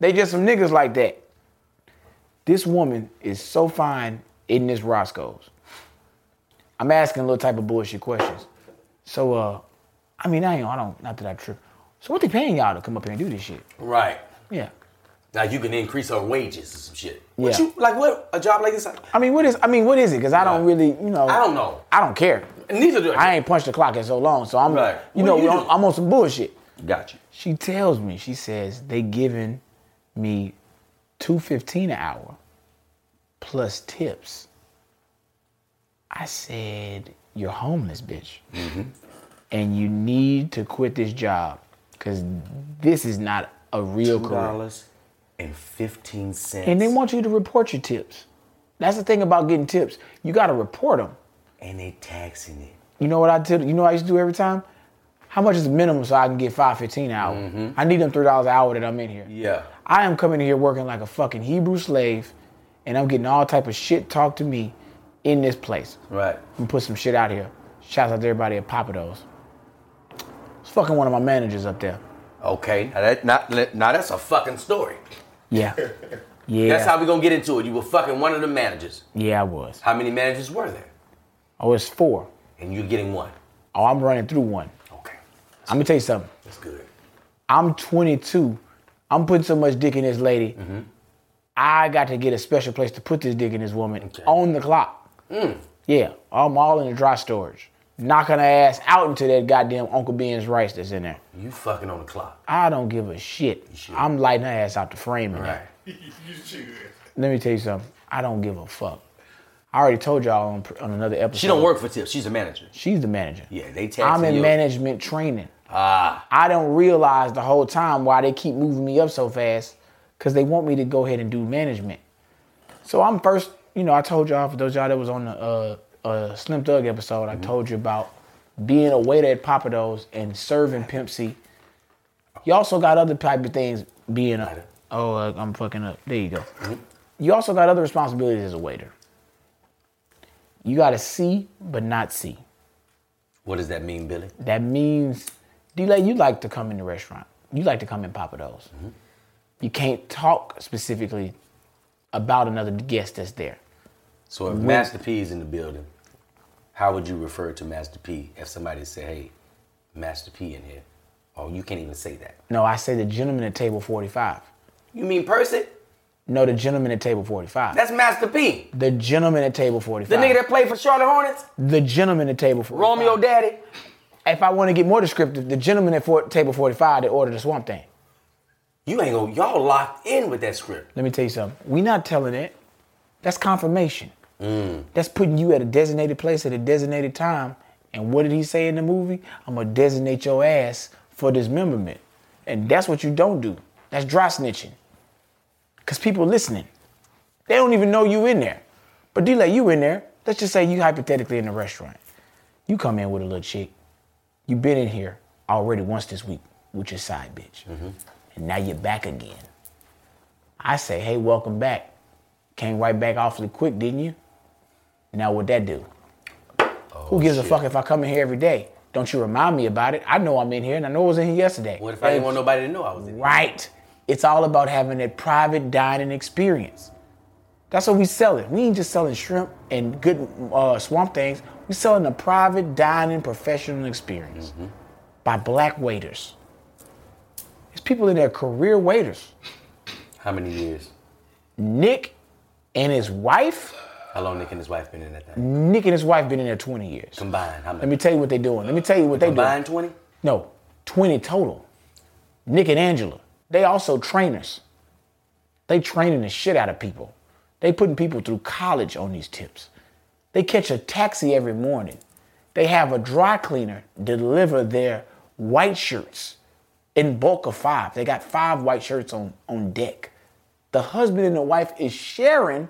[SPEAKER 1] they just some niggas like that. This woman is so fine in this Roscoe's. I'm asking little type of bullshit questions. So, uh, I mean, I ain't, I don't, not that I trip. So what they paying y'all to come up here and do this shit?
[SPEAKER 2] Right.
[SPEAKER 1] Yeah.
[SPEAKER 2] Now you can increase her wages or some shit. What
[SPEAKER 1] Yeah.
[SPEAKER 2] you like what a job like this? I,
[SPEAKER 1] I mean, what is, I mean, what is it? Cause I don't really, you know.
[SPEAKER 2] I don't know.
[SPEAKER 1] I don't care.
[SPEAKER 2] Neither do I.
[SPEAKER 1] I ain't punched the clock in so long, so I'm,
[SPEAKER 2] Right.
[SPEAKER 1] you
[SPEAKER 2] What
[SPEAKER 1] know,
[SPEAKER 2] do you
[SPEAKER 1] I'm-
[SPEAKER 2] do?
[SPEAKER 1] I'm on some bullshit.
[SPEAKER 2] Got you.
[SPEAKER 1] she tells me she says they giving me 215 an hour plus tips i said you're homeless bitch
[SPEAKER 2] Mm-hmm.
[SPEAKER 1] and you need to quit this job because this is not a real career
[SPEAKER 2] Dollars and fifteen cents.
[SPEAKER 1] and they want you to report your tips that's the thing about getting tips you got to report them
[SPEAKER 2] and they taxing it.
[SPEAKER 1] You know what I tell you know what I used to do every time? How much is the minimum so I can get five fifteen an hour?
[SPEAKER 2] Mm-hmm.
[SPEAKER 1] I need them three dollars an hour that I'm in here.
[SPEAKER 2] Yeah.
[SPEAKER 1] I am coming here working like a fucking Hebrew slave and I'm getting all type of shit talked to me in this place.
[SPEAKER 2] Right.
[SPEAKER 1] I'm gonna put some shit out here. Shouts out to everybody at Papados. It's fucking one of my managers up there.
[SPEAKER 2] Okay. Now, that, not, let- now that's a fucking story.
[SPEAKER 1] Yeah. Yeah.
[SPEAKER 2] That's how we gonna get into it. You were fucking one of the managers.
[SPEAKER 1] yeah, I was.
[SPEAKER 2] How many managers were there?
[SPEAKER 1] Oh, it's four.
[SPEAKER 2] And you're getting one.
[SPEAKER 1] Oh, I'm running through one.
[SPEAKER 2] Okay.
[SPEAKER 1] I'm gonna tell you something.
[SPEAKER 2] That's good.
[SPEAKER 1] I'm 22. I'm putting so much dick in this lady. I got to get a special place to put this dick in this woman on the clock. Yeah, I'm all in the dry storage. Knocking her ass out into that goddamn Uncle Ben's rice that's in there.
[SPEAKER 2] You fucking on the clock.
[SPEAKER 1] I don't give a shit.
[SPEAKER 2] should.
[SPEAKER 1] I'm lighting her ass out the frame in
[SPEAKER 2] Right.
[SPEAKER 1] there.
[SPEAKER 3] You cheated.
[SPEAKER 1] Let me tell you something. I don't give a fuck. I already told y'all on, on another episode.
[SPEAKER 2] She don't work for tips. She's a manager.
[SPEAKER 1] She's the manager.
[SPEAKER 2] Yeah, they taxing
[SPEAKER 1] I'm in
[SPEAKER 2] you.
[SPEAKER 1] management training. Ah. I don't realize the whole time why they keep moving me up so fast because they want me to go ahead and do management. So I'm first, you know, I told y'all, for those y'all that was on the uh, uh, Slim Thug episode, I told you about being a waiter at Papa Do's and serving Pimp C. You also got other type of things being a, oh, uh, I'm fucking up. There you go. You also got other responsibilities as a waiter. You got to see, but not see.
[SPEAKER 2] What does that mean, Billy?
[SPEAKER 1] That means, D-Lay, you like to come in the restaurant. You like to come in Papa Do's. You can't talk specifically about another guest that's there.
[SPEAKER 2] So if Master P is in the building, how would you refer to Master P if somebody said, "Hey, Master P in here"? Oh, you can't even say that.
[SPEAKER 1] No, I say the gentleman at table 45.
[SPEAKER 2] You mean person?
[SPEAKER 1] No, the gentleman at table 45.
[SPEAKER 2] That's Master P,
[SPEAKER 1] the gentleman at table 45.
[SPEAKER 2] the nigga that played for Charlotte Hornets,
[SPEAKER 1] the gentleman at table 45.
[SPEAKER 2] Romeo Daddy.
[SPEAKER 1] If I want to get more descriptive, the gentleman at for- table 45 that ordered the swamp thing.
[SPEAKER 2] You ain't gonna. Y'all locked in with that script.
[SPEAKER 1] Let me tell you something. we not telling it. That's confirmation. That's putting you at a designated place at a designated time. And what did he say in the movie? I'm gonna designate your ass for dismemberment. And that's what you don't do. That's dry snitching. Cause people listening. They don't even know you in there. But D like you in there. Let's just say you hypothetically in the restaurant. You come in with a little chick. you been in here already once this week with your side bitch. And now you're back again. I say, hey, welcome back. Came right back awfully quick,
[SPEAKER 2] Oh,
[SPEAKER 1] didn't you? Now what that do? Who gives a fuck if I come in here every day?
[SPEAKER 4] Don't you remind me about it. I know I'm in here and I know I was in here yesterday.
[SPEAKER 2] What if I didn't want nobody to know I was in?
[SPEAKER 4] Right. It's all about having a private dining experience. That's what we selling. We ain't just selling shrimp and good uh, swamp things. We selling a private dining professional experience by black waiters. It's people in their career waiters.
[SPEAKER 2] How many years?
[SPEAKER 4] Nick and his wife.
[SPEAKER 2] How long Nick and his wife been in that thing?
[SPEAKER 4] Nick and his wife been in there 20 years.
[SPEAKER 2] Combined, how many?
[SPEAKER 4] Mm. Let me tell you what they doing. Let me tell you what they doing.
[SPEAKER 2] Combined 20?
[SPEAKER 4] No, 20 total. Nick and Angela, they also trainers. They training the shit out of people. They putting people through college on these tips. They catch a taxi every morning. They have a dry cleaner deliver their white shirts in bulk of five. They got five white shirts on, on deck. The husband and the wife is sharing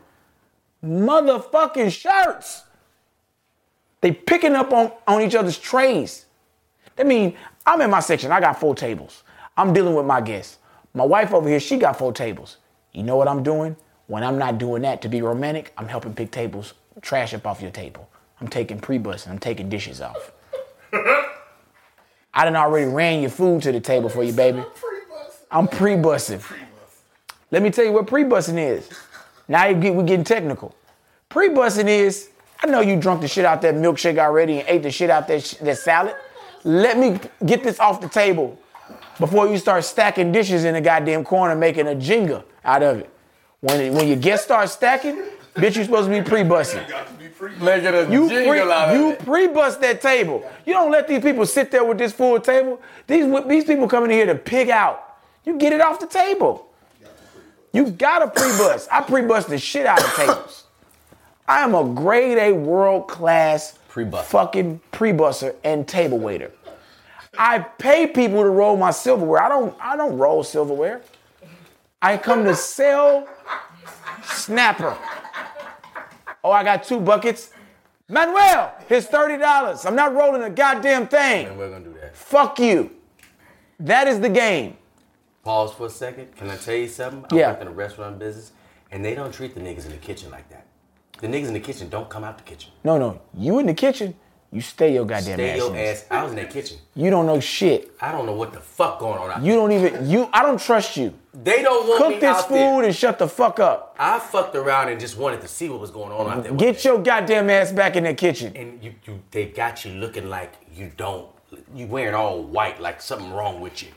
[SPEAKER 4] motherfucking shirts. They picking up on, on each other's trays. That mean I'm in my section. I got four tables. I'm dealing with my guests. My wife over here, she got four tables. You know what I'm doing? When I'm not doing that to be romantic, I'm helping pick tables, trash up off your table. I'm taking pre-bus and I'm taking dishes off. I done already ran your food to the table for you, baby. I'm pre-bussing. Let me tell you what pre-bussing is. Now you get, we getting technical. Pre-bussing is, I know you drunk the shit out that milkshake already and ate the shit out that, sh- that salad. Let me get this off the table before you start stacking dishes in the goddamn corner making a Jenga out of it. When, it, when your guests start stacking, bitch, you supposed to be pre-bussing.
[SPEAKER 2] Making a
[SPEAKER 4] You, pre, you pre-bust that table. You don't let these people sit there with this full table. These wi- these people coming in here to pig out. You get it off the table. You gotta pre-bust. I pre-bust the shit out of tables. I am a grade A world class
[SPEAKER 2] Pre-bust.
[SPEAKER 4] fucking pre-busser and table waiter. I pay people to roll my silverware. I don't I don't roll silverware. I come to sell snapper. Oh, I got two buckets. Manuel, here's $30. I'm not rolling a goddamn thing.
[SPEAKER 2] We're gonna do that.
[SPEAKER 4] Fuck you. That is the game.
[SPEAKER 2] Pause for a second. Can I tell you something? I
[SPEAKER 4] Yeah.
[SPEAKER 2] work in the restaurant business, and they don't treat the niggas in the kitchen like that. The niggas in the kitchen don't come out the kitchen.
[SPEAKER 4] No, no. You in the kitchen, you stay your goddamn
[SPEAKER 2] Stay
[SPEAKER 4] ass.
[SPEAKER 2] your
[SPEAKER 4] in there.
[SPEAKER 2] ass. I was in that kitchen.
[SPEAKER 4] You don't know shit.
[SPEAKER 2] I don't know what the fuck going on. out
[SPEAKER 4] You don't even you I don't trust you.
[SPEAKER 2] there. they don't want me
[SPEAKER 4] Cook this
[SPEAKER 2] out
[SPEAKER 4] food
[SPEAKER 2] there.
[SPEAKER 4] and shut the fuck up.
[SPEAKER 2] I fucked around and just wanted to see what was going on out there. one
[SPEAKER 4] Get
[SPEAKER 2] day.
[SPEAKER 4] your goddamn ass back in the kitchen.
[SPEAKER 2] and you, you they got you looking like you don't. You wearing all white, like something wrong with you.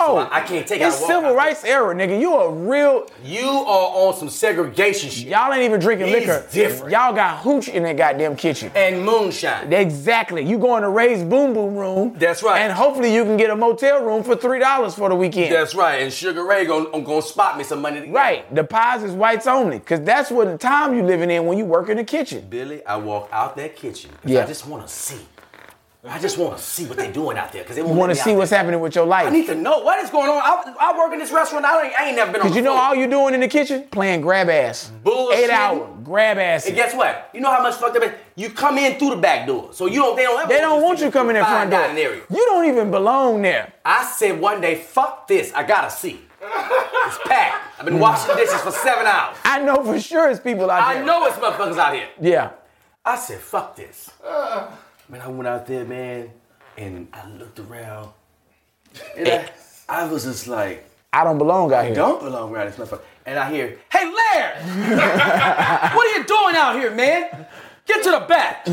[SPEAKER 4] Oh,
[SPEAKER 2] I- I can't take it. I
[SPEAKER 4] It's
[SPEAKER 2] walk
[SPEAKER 4] civil
[SPEAKER 2] out.
[SPEAKER 4] rights era, nigga. You a real
[SPEAKER 2] You are on some segregation shit
[SPEAKER 4] y'all ain't even drinking
[SPEAKER 2] He's
[SPEAKER 4] liquor.
[SPEAKER 2] different.
[SPEAKER 4] Y'all got hooch in that goddamn kitchen.
[SPEAKER 2] and moonshine.
[SPEAKER 4] Exactly. You going to Ray's Boom Boom Room.
[SPEAKER 2] That's right.
[SPEAKER 4] And hopefully you can get a motel room for three dollars for the weekend.
[SPEAKER 2] That's right. And Sugar Ray gonna, gonna spot me some money. To get.
[SPEAKER 4] right. The pies is whites only, cause that's what the time you living in when you work in the kitchen.
[SPEAKER 2] Billy, I walk out that kitchen 'cause
[SPEAKER 4] Yeah.
[SPEAKER 2] I just want to see. I just want to see what they're doing out there because they
[SPEAKER 4] You
[SPEAKER 2] want
[SPEAKER 4] want to see what's happening with your life.
[SPEAKER 2] I need to know what is going on. I, I work in this restaurant. I ain't, I ain't never been on.
[SPEAKER 4] Cause
[SPEAKER 2] the
[SPEAKER 4] you know
[SPEAKER 2] floor.
[SPEAKER 4] all you doing in the kitchen? Playing grab ass.
[SPEAKER 2] Bullshit.
[SPEAKER 4] Eight hour grab ass.
[SPEAKER 2] And guess what? You know how much fucked up. it- You come in through the back door, so you don't. They don't. Ever
[SPEAKER 4] They don't want you coming in
[SPEAKER 2] fine
[SPEAKER 4] front door.
[SPEAKER 2] dining Area.
[SPEAKER 4] You don't even belong there.
[SPEAKER 2] I said one day, fuck this. I gotta see. It's packed. I've been washing dishes for seven hours.
[SPEAKER 4] I know for sure it's people out
[SPEAKER 2] I
[SPEAKER 4] there.
[SPEAKER 2] know it's motherfuckers out here.
[SPEAKER 4] Yeah.
[SPEAKER 2] I said, fuck this. Man, I went out there, man, and I looked around. And I, I was just like,
[SPEAKER 4] I don't belong out here.
[SPEAKER 2] don't belong around this motherfucker. And I hear, hey, Lair! what are you doing out here, man? Get to the back.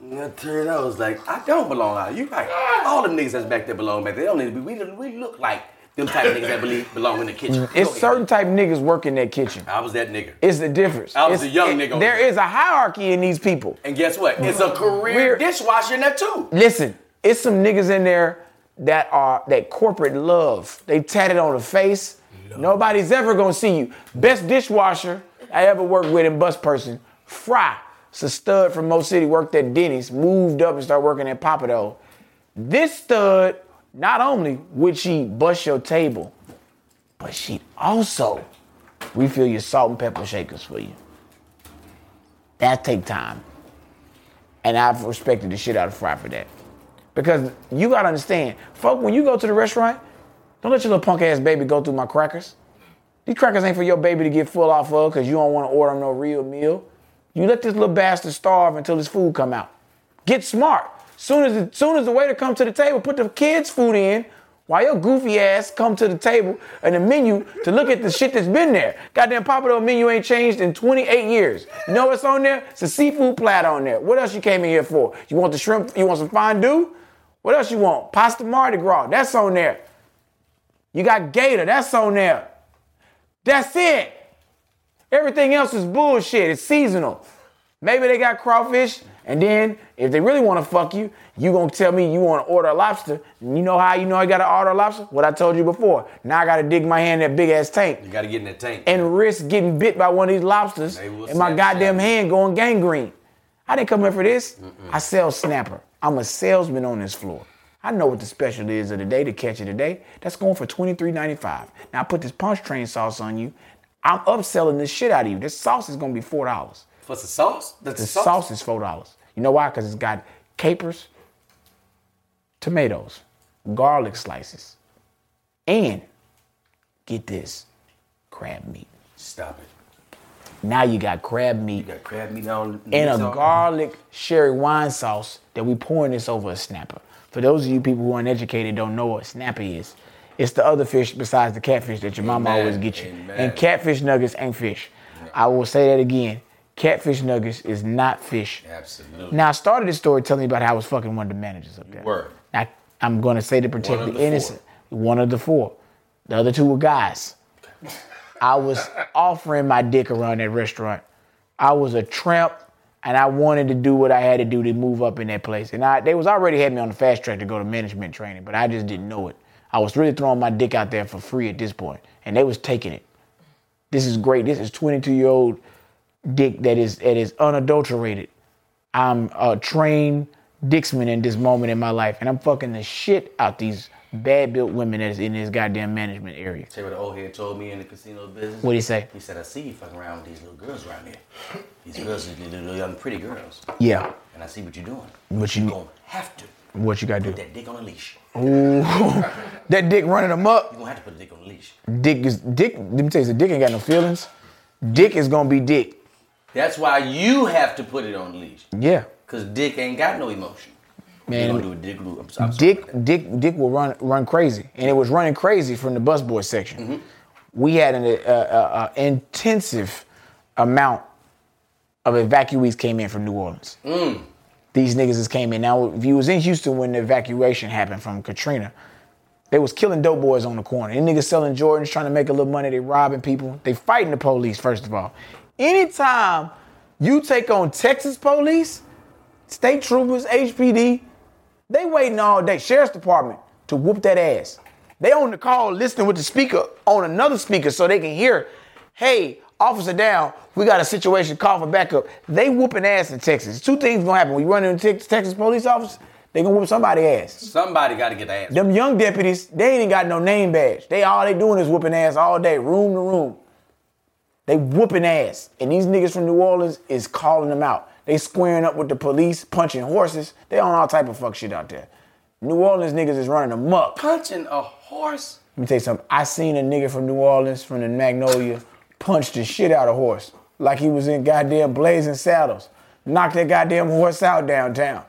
[SPEAKER 2] And I turned, I was like, I don't belong out here. You right. All them niggas that's back there belong back there. They don't need to be. We, we look like them type of niggas that believe belong in the kitchen. Go
[SPEAKER 4] It's
[SPEAKER 2] ahead.
[SPEAKER 4] certain type niggas work in that kitchen.
[SPEAKER 2] I was that nigga.
[SPEAKER 4] It's the difference.
[SPEAKER 2] I was
[SPEAKER 4] It's-
[SPEAKER 2] a young
[SPEAKER 4] it-
[SPEAKER 2] nigga over
[SPEAKER 4] There
[SPEAKER 2] there.
[SPEAKER 4] is a hierarchy in these people.
[SPEAKER 2] And guess what? It's a career
[SPEAKER 4] We're-
[SPEAKER 2] dishwasher in there too.
[SPEAKER 4] Listen, it's some niggas in there that are that corporate love. They tatted on the face. Nobody's ever gonna see you. Best dishwasher I ever worked with and bus person, Fry. It's a stud from Mo City, worked at Denny's, moved up and started working at Papado. This stud, not only would she bust your table, but she also refill your salt and pepper shakers for you. That take time. And I've respected the shit out of Fry for that. Because you gotta understand, folk, when you go to the restaurant, don't let your little punk ass baby go through my crackers. These crackers ain't for your baby to get full off of because you don't want to order him no real meal. You let this little bastard starve until his food come out. Get smart. Soon as soon as the waiter comes to the table, put the kids' food in. While your goofy ass come to the table and the menu to look at the shit that's been there. Goddamn Papa Dough menu ain't changed in 28 years. You know what's on there? It's a seafood platter on there. What else you came in here for? You want the shrimp? You want some fondue? What else you want? Pasta Mardi Gras. That's on there. You got Gator. That's on there. That's it. Everything else is bullshit. It's seasonal. Maybe they got crawfish, and then if they really want to fuck you, you gonna tell me you want to order a lobster. And you know how you know I gotta order a lobster? What I told you before. Now I gotta dig my hand in that big ass tank
[SPEAKER 2] You gotta get in that tank.
[SPEAKER 4] and risk getting bit by one of these lobsters
[SPEAKER 2] They will
[SPEAKER 4] and my
[SPEAKER 2] snap,
[SPEAKER 4] goddamn
[SPEAKER 2] snap.
[SPEAKER 4] hand going gangrene. I didn't come here for this. I sell snapper. I'm a salesman on this floor. I know what the special is of the day to catch it today. That's going for $23.95. Now I put this punch train sauce on you. I'm upselling this shit out of you. This sauce is gonna be four dollars.
[SPEAKER 2] What's the sauce? That's
[SPEAKER 4] The sauce is four dollars. You know why? Because it's got capers, tomatoes, garlic slices, and get this, crab meat.
[SPEAKER 2] Stop it.
[SPEAKER 4] Now you got crab meat
[SPEAKER 2] You got crab meat on
[SPEAKER 4] and a
[SPEAKER 2] sauce.
[SPEAKER 4] garlic sherry wine sauce that we pouring this over a snapper. For those of you people who aren't educated, don't know what snapper is. It's the other fish besides the catfish that your mama
[SPEAKER 2] Amen.
[SPEAKER 4] always get you.
[SPEAKER 2] Amen.
[SPEAKER 4] And catfish nuggets ain't fish. I will say that again. Catfish nuggets is not fish.
[SPEAKER 2] Absolutely.
[SPEAKER 4] Now I started this story telling you about how I was fucking one of the managers up there.
[SPEAKER 2] were.
[SPEAKER 4] Now, I'm gonna say to protect
[SPEAKER 2] of
[SPEAKER 4] the,
[SPEAKER 2] the four.
[SPEAKER 4] innocent. One of the four. The other two were guys. I was offering my dick around that restaurant. I was a tramp and I wanted to do what I had to do to move up in that place. And I they was already had me on the fast track to go to management training, but I just didn't know it. I was really throwing my dick out there for free at this point, and they was taking it. This is great. This is 22 year old dick that is that is unadulterated. I'm a trained Dixman in this moment in my life, and I'm fucking the shit out these bad built women that's in this goddamn management area.
[SPEAKER 2] Tell you what the old head told me in the casino business.
[SPEAKER 4] What'd he say?
[SPEAKER 2] He said, I see you fucking around with these little girls around here. These girls, these little, little young pretty girls.
[SPEAKER 4] Yeah,
[SPEAKER 2] And I see what you're doing.
[SPEAKER 4] What you-
[SPEAKER 2] You're gonna have to
[SPEAKER 4] what you gotta do?
[SPEAKER 2] put that dick on a leash.
[SPEAKER 4] That dick running them up.
[SPEAKER 2] You're gonna have to put the dick on a leash.
[SPEAKER 4] Dick is dick. Let me tell you, the dick ain't got no feelings. Dick is gonna be dick.
[SPEAKER 2] That's why you have to put it on a leash.
[SPEAKER 4] Yeah,
[SPEAKER 2] Cause dick ain't got no emotion.
[SPEAKER 4] Man,
[SPEAKER 2] you gonna do a dick loop. I'm, I'm sorry
[SPEAKER 4] dick,
[SPEAKER 2] about that.
[SPEAKER 4] dick, dick will run run crazy, and it was running crazy from the busboy section. We had an uh, uh, uh, intensive amount of evacuees came in from New Orleans. These niggas just came in. Now, if you was in Houston when the evacuation happened from Katrina, They was killing dope boys on the corner. And niggas selling Jordans, trying to make a little money. They robbing people. They fighting the police, first of all. Anytime you take on Texas police, state troopers, HPD, they waiting all day, sheriff's department, to whoop that ass. They on the call listening with the speaker on another speaker so they can hear, hey, officer down, we got a situation, call for backup. They whooping ass in Texas. Two things gonna happen. When you run into Tex- Texas police office, they gonna whoop somebody ass.
[SPEAKER 2] Somebody gotta get their ass.
[SPEAKER 4] Them young deputies, they ain't got no name badge. They all they doing is whooping ass all day, room to room. They whooping ass. And these niggas from New Orleans is calling them out. They squaring up with the police, punching horses. They on all type of fuck shit out there. New Orleans niggas is running amok.
[SPEAKER 2] Punching a horse.
[SPEAKER 4] Let me tell you something. I seen a nigga from New Orleans, from the Magnolia, punch the shit out of horse. Like he was in goddamn blazing saddles. Knock that goddamn horse out downtown.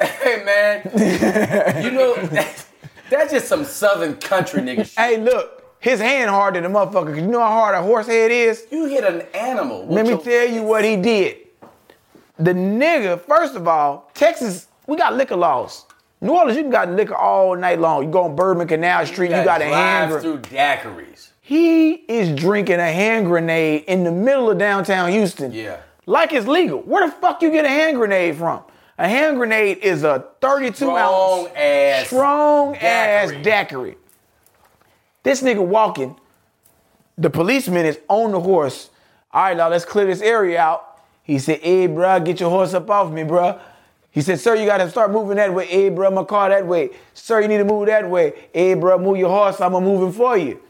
[SPEAKER 2] Hey man, you know that, that's just some southern country nigga shit.
[SPEAKER 4] Hey, look, his hand harder than a motherfucker. 'cause you know how hard a horse head is?
[SPEAKER 2] You hit an animal. with
[SPEAKER 4] Let me
[SPEAKER 2] your-
[SPEAKER 4] tell you what he did. The nigga, first of all, Texas, we got liquor laws. New Orleans, you can got liquor all night long. You go on Bourbon Canal Street, you got a hand
[SPEAKER 2] drive
[SPEAKER 4] grenade.
[SPEAKER 2] through daiquiris.
[SPEAKER 4] He is drinking a hand grenade in the middle of downtown Houston.
[SPEAKER 2] Yeah.
[SPEAKER 4] Like it's legal. Where the fuck you get a hand grenade from? A hand grenade is a 32 ounce
[SPEAKER 2] Strong ass
[SPEAKER 4] strong ass
[SPEAKER 2] daiquiri.
[SPEAKER 4] daiquiri. This nigga walking, the policeman is on the horse. All right, now let's clear this area out. He said, "Hey, bruh, get your horse up off me, bruh." He said, "Sir, you gotta start moving that way. Hey, bruh, my car that way. Sir, you need to move that way. Hey, bruh, move your horse. I'ma move him for you."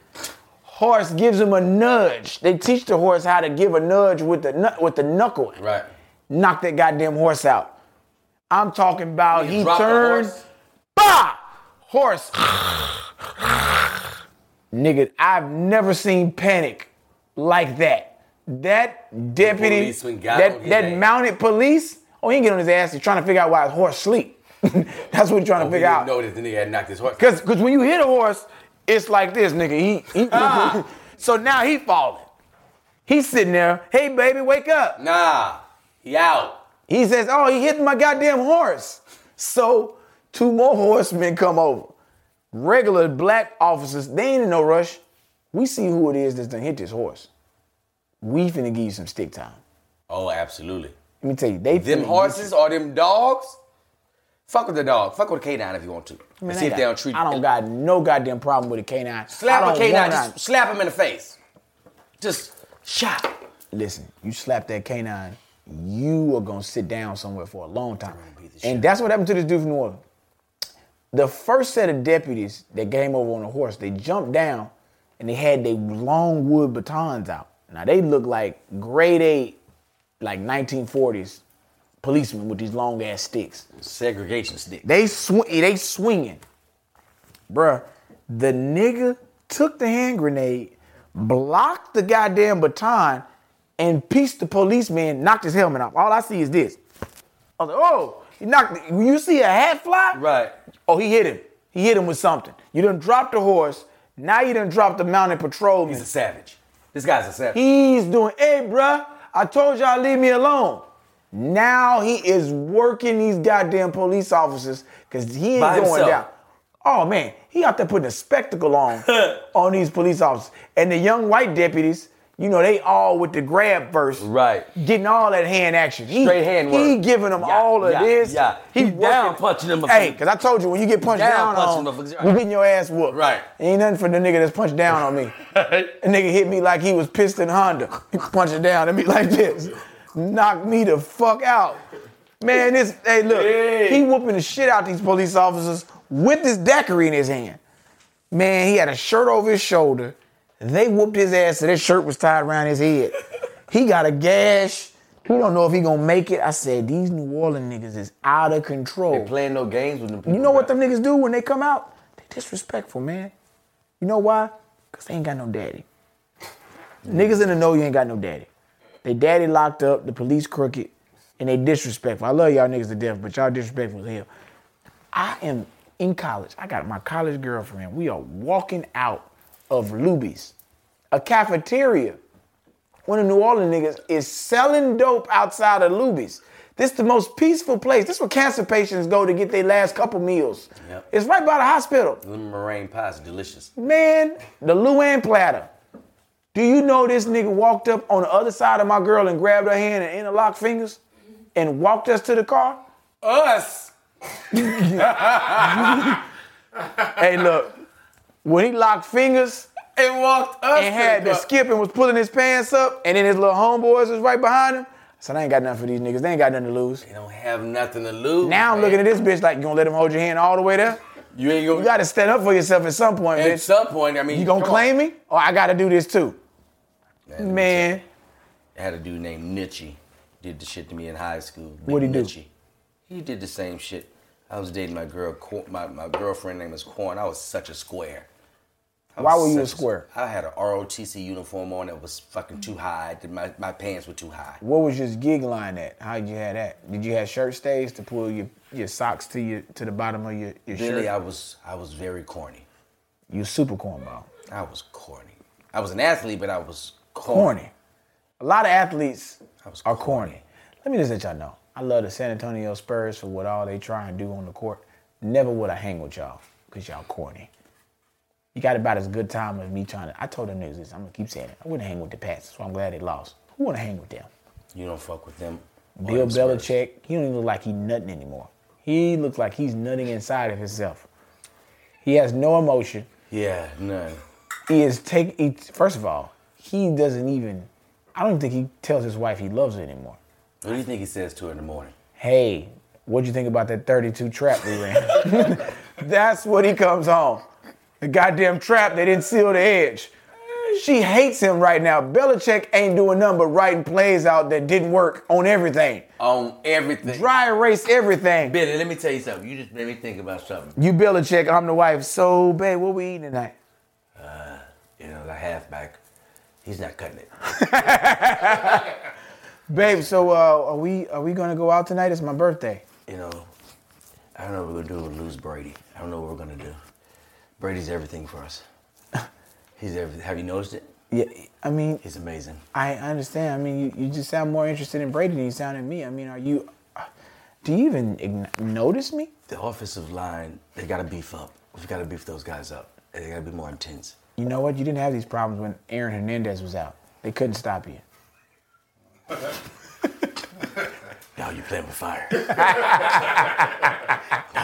[SPEAKER 4] Horse gives him a nudge. They teach the horse how to give a nudge with the nu- with the knuckle.
[SPEAKER 2] Right.
[SPEAKER 4] Knock that goddamn horse out. I'm talking about he,
[SPEAKER 2] dropped the
[SPEAKER 4] turned
[SPEAKER 2] horse.
[SPEAKER 4] bah! Horse. Nigga, I've never seen panic like that. That deputy,
[SPEAKER 2] policeman got
[SPEAKER 4] that,
[SPEAKER 2] on his
[SPEAKER 4] that
[SPEAKER 2] ass.
[SPEAKER 4] mounted police Oh, he ain't getting on his ass. He's trying to figure out why his horse sleep. That's what he's trying to
[SPEAKER 2] We
[SPEAKER 4] figure
[SPEAKER 2] didn't
[SPEAKER 4] out.
[SPEAKER 2] know this nigga had knocked his horse.
[SPEAKER 4] Cause, Cause when you hit a horse, it's like this, nigga. He, he-
[SPEAKER 2] Uh-huh.
[SPEAKER 4] so now he falling. He's sitting there. Hey, baby, wake up.
[SPEAKER 2] Nah, he out.
[SPEAKER 4] He says, "Oh, he hit my goddamn horse." So two more horsemen come over. Regular black officers, they ain't in no rush. We see who it is that's done hit this horse. We finna give you some stick time.
[SPEAKER 2] Oh, absolutely.
[SPEAKER 4] Let me tell you, they
[SPEAKER 2] Them
[SPEAKER 4] finna-
[SPEAKER 2] horses or them dogs? Fuck with the dog. Fuck with the canine if you want to.
[SPEAKER 4] Man,
[SPEAKER 2] and
[SPEAKER 4] I
[SPEAKER 2] see if
[SPEAKER 4] got-
[SPEAKER 2] they don't treat
[SPEAKER 4] I don't got no goddamn problem with a canine. I
[SPEAKER 2] Slap
[SPEAKER 4] don't
[SPEAKER 2] a canine.
[SPEAKER 4] want
[SPEAKER 2] Just
[SPEAKER 4] none.
[SPEAKER 2] slap him in the face. Just shot.
[SPEAKER 4] Listen, you slap that canine, you are gonna sit down somewhere for a long time. And that's what happened to this dude from New Orleans. The first set of deputies that came over on a horse, they jumped down and they had their long wood batons out. Now they look like grade eight, like 1940s policemen with these long ass sticks.
[SPEAKER 2] Segregation stick.
[SPEAKER 4] They sw- they swinging, bruh. The nigga took the hand grenade, blocked the goddamn baton, and pieced the policeman, knocked his helmet off. All I see is this. I was like, oh, he knocked. The- you see a hat fly?
[SPEAKER 2] Right.
[SPEAKER 4] Oh, he hit him. He hit him with something. You done dropped the horse. Now you done dropped the mounted patrolman.
[SPEAKER 2] He's a savage. This guy's a savage.
[SPEAKER 4] He's doing, hey, bruh, I told y'all leave me alone. Now he is working these goddamn police officers because he ain't
[SPEAKER 2] By
[SPEAKER 4] going
[SPEAKER 2] himself.
[SPEAKER 4] down. Oh man, he out there putting a spectacle on on these police officers and the young white deputies. You know they all with the grab first,
[SPEAKER 2] Right.
[SPEAKER 4] Getting all that hand action, he,
[SPEAKER 2] Straight hand
[SPEAKER 4] He
[SPEAKER 2] work.
[SPEAKER 4] giving them
[SPEAKER 2] Yeah,
[SPEAKER 4] all of
[SPEAKER 2] yeah,
[SPEAKER 4] this.
[SPEAKER 2] yeah. He
[SPEAKER 4] working-
[SPEAKER 2] down punching them
[SPEAKER 4] Hey, because I told you when you get punched down,
[SPEAKER 2] Down punching
[SPEAKER 4] on,
[SPEAKER 2] motherfuckers.
[SPEAKER 4] you getting your ass whooped.
[SPEAKER 2] Right.
[SPEAKER 4] Ain't nothing for the nigga that's punched down on me. A nigga hit me like he was Piston Honda. He punched down at me like this. Knocked me the fuck out. Man, this, hey, look, he whooping the shit out these police officers with this daiquiri in his hand. Man, he had a shirt over his shoulder. They whooped his ass so that shirt was tied around his head. He got a gash. He don't know if he gonna make it. I said, these New Orleans niggas is out of control.
[SPEAKER 2] Playing no games with them people.
[SPEAKER 4] You know what them niggas do when they come out? They disrespectful, man. You know why? Cause they ain't got no daddy. niggas in the know you ain't got no daddy. They daddy locked up, the police crooked, and they disrespectful. I love y'all niggas to death, but y'all disrespectful as hell. I am in college. I got my college girlfriend. We are walking out of Luby's, a cafeteria. One of New Orleans niggas is selling dope outside of Luby's. This the most peaceful place. This is where cancer patients go to get their last couple meals.
[SPEAKER 2] Yep.
[SPEAKER 4] It's right by the hospital.
[SPEAKER 2] Them meringue pies are delicious.
[SPEAKER 4] Man, the Luann platter. Do you know this nigga walked up on the other side of my girl and grabbed her hand and interlocked fingers and walked us to the car?
[SPEAKER 2] Us.
[SPEAKER 4] Hey, look, when he locked fingers
[SPEAKER 2] And walked us.
[SPEAKER 4] and had the skip and was pulling his pants up, and then his little homeboys was right behind him, I said, I ain't got nothing for these niggas. They ain't got nothing to lose.
[SPEAKER 2] You don't have nothing to lose.
[SPEAKER 4] Now I'm
[SPEAKER 2] man.
[SPEAKER 4] looking at this bitch like, you gonna let him hold your hand all the way there?
[SPEAKER 2] You ain't gonna.
[SPEAKER 4] You gotta stand up for yourself at some point,
[SPEAKER 2] At
[SPEAKER 4] bitch.
[SPEAKER 2] some point, I mean,
[SPEAKER 4] You gonna
[SPEAKER 2] come on.
[SPEAKER 4] claim me? Or I gotta do this too. Man,
[SPEAKER 2] I had a dude named Nitchie did the shit to me in high school. Big
[SPEAKER 4] What'd he do?
[SPEAKER 2] Nitchie. He did the same shit. I was dating my girl, Cor- my, my girlfriend name is Corn. I was such a square. I
[SPEAKER 4] Why
[SPEAKER 2] was
[SPEAKER 4] were you a
[SPEAKER 2] such
[SPEAKER 4] square?
[SPEAKER 2] I had a ROTC uniform on that was fucking too high. Did My, my pants were too high.
[SPEAKER 4] what was your gig line at? How'd you have that? Did you have shirt stays to pull your, your socks to your to the bottom of your, your
[SPEAKER 2] Really,
[SPEAKER 4] shirt?
[SPEAKER 2] I was I was very corny.
[SPEAKER 4] you super cornball.
[SPEAKER 2] I was corny. I was an athlete, but I was corny.
[SPEAKER 4] Corny. A lot of athletes
[SPEAKER 2] I was
[SPEAKER 4] are corny. Let me just let y'all know. I love the San Antonio Spurs for what all they try and do on the court. Never would I hang with y'all, because y'all corny. You got about as good time as me trying to. I told them niggas this, I'm gonna keep saying it. I wouldn't hang with the Pats, so I'm glad they lost. Who wanna hang with them?
[SPEAKER 2] You don't fuck with them. or
[SPEAKER 4] Bill
[SPEAKER 2] them Spurs.
[SPEAKER 4] Belichick, he don't even look like he nutting anymore. He looks like he's nutting inside of himself. He has no emotion.
[SPEAKER 2] Yeah, none.
[SPEAKER 4] He is take. He, first of all, he doesn't even. I don't even think he tells his wife he loves her anymore.
[SPEAKER 2] What do you think he says to her in the morning?
[SPEAKER 4] Hey, what'd you think about that 32 trap we ran? That's what he comes home. The goddamn trap they didn't seal the edge. She hates him right now. Belichick ain't doing nothing but writing plays out that didn't work on everything.
[SPEAKER 2] On everything.
[SPEAKER 4] Dry erase everything.
[SPEAKER 2] Billy, let me tell you something. You just made me think about something.
[SPEAKER 4] You Belichick, I'm the wife. So, babe, what we eating tonight?
[SPEAKER 2] You know, the halfback, he's not cutting it.
[SPEAKER 4] Babe, so uh, are we are we gonna go out tonight? It's my birthday.
[SPEAKER 2] You know, I don't know what we're gonna do to lose Brady. I don't know what we're gonna do. Brady's everything for us. He's everything. Have you noticed it?
[SPEAKER 4] Yeah, I mean,
[SPEAKER 2] He's amazing.
[SPEAKER 4] I I understand. I mean, you, you just sound more interested in Brady than you sound in me. I mean, are you? uh, Do you even ign- notice me?
[SPEAKER 2] The offensive line, they gotta beef up. We've gotta beef those guys up. And they gotta be more intense.
[SPEAKER 4] You know what? You didn't have these problems when Aaron Hernandez was out. They couldn't stop you.
[SPEAKER 2] Now you playing with fire. now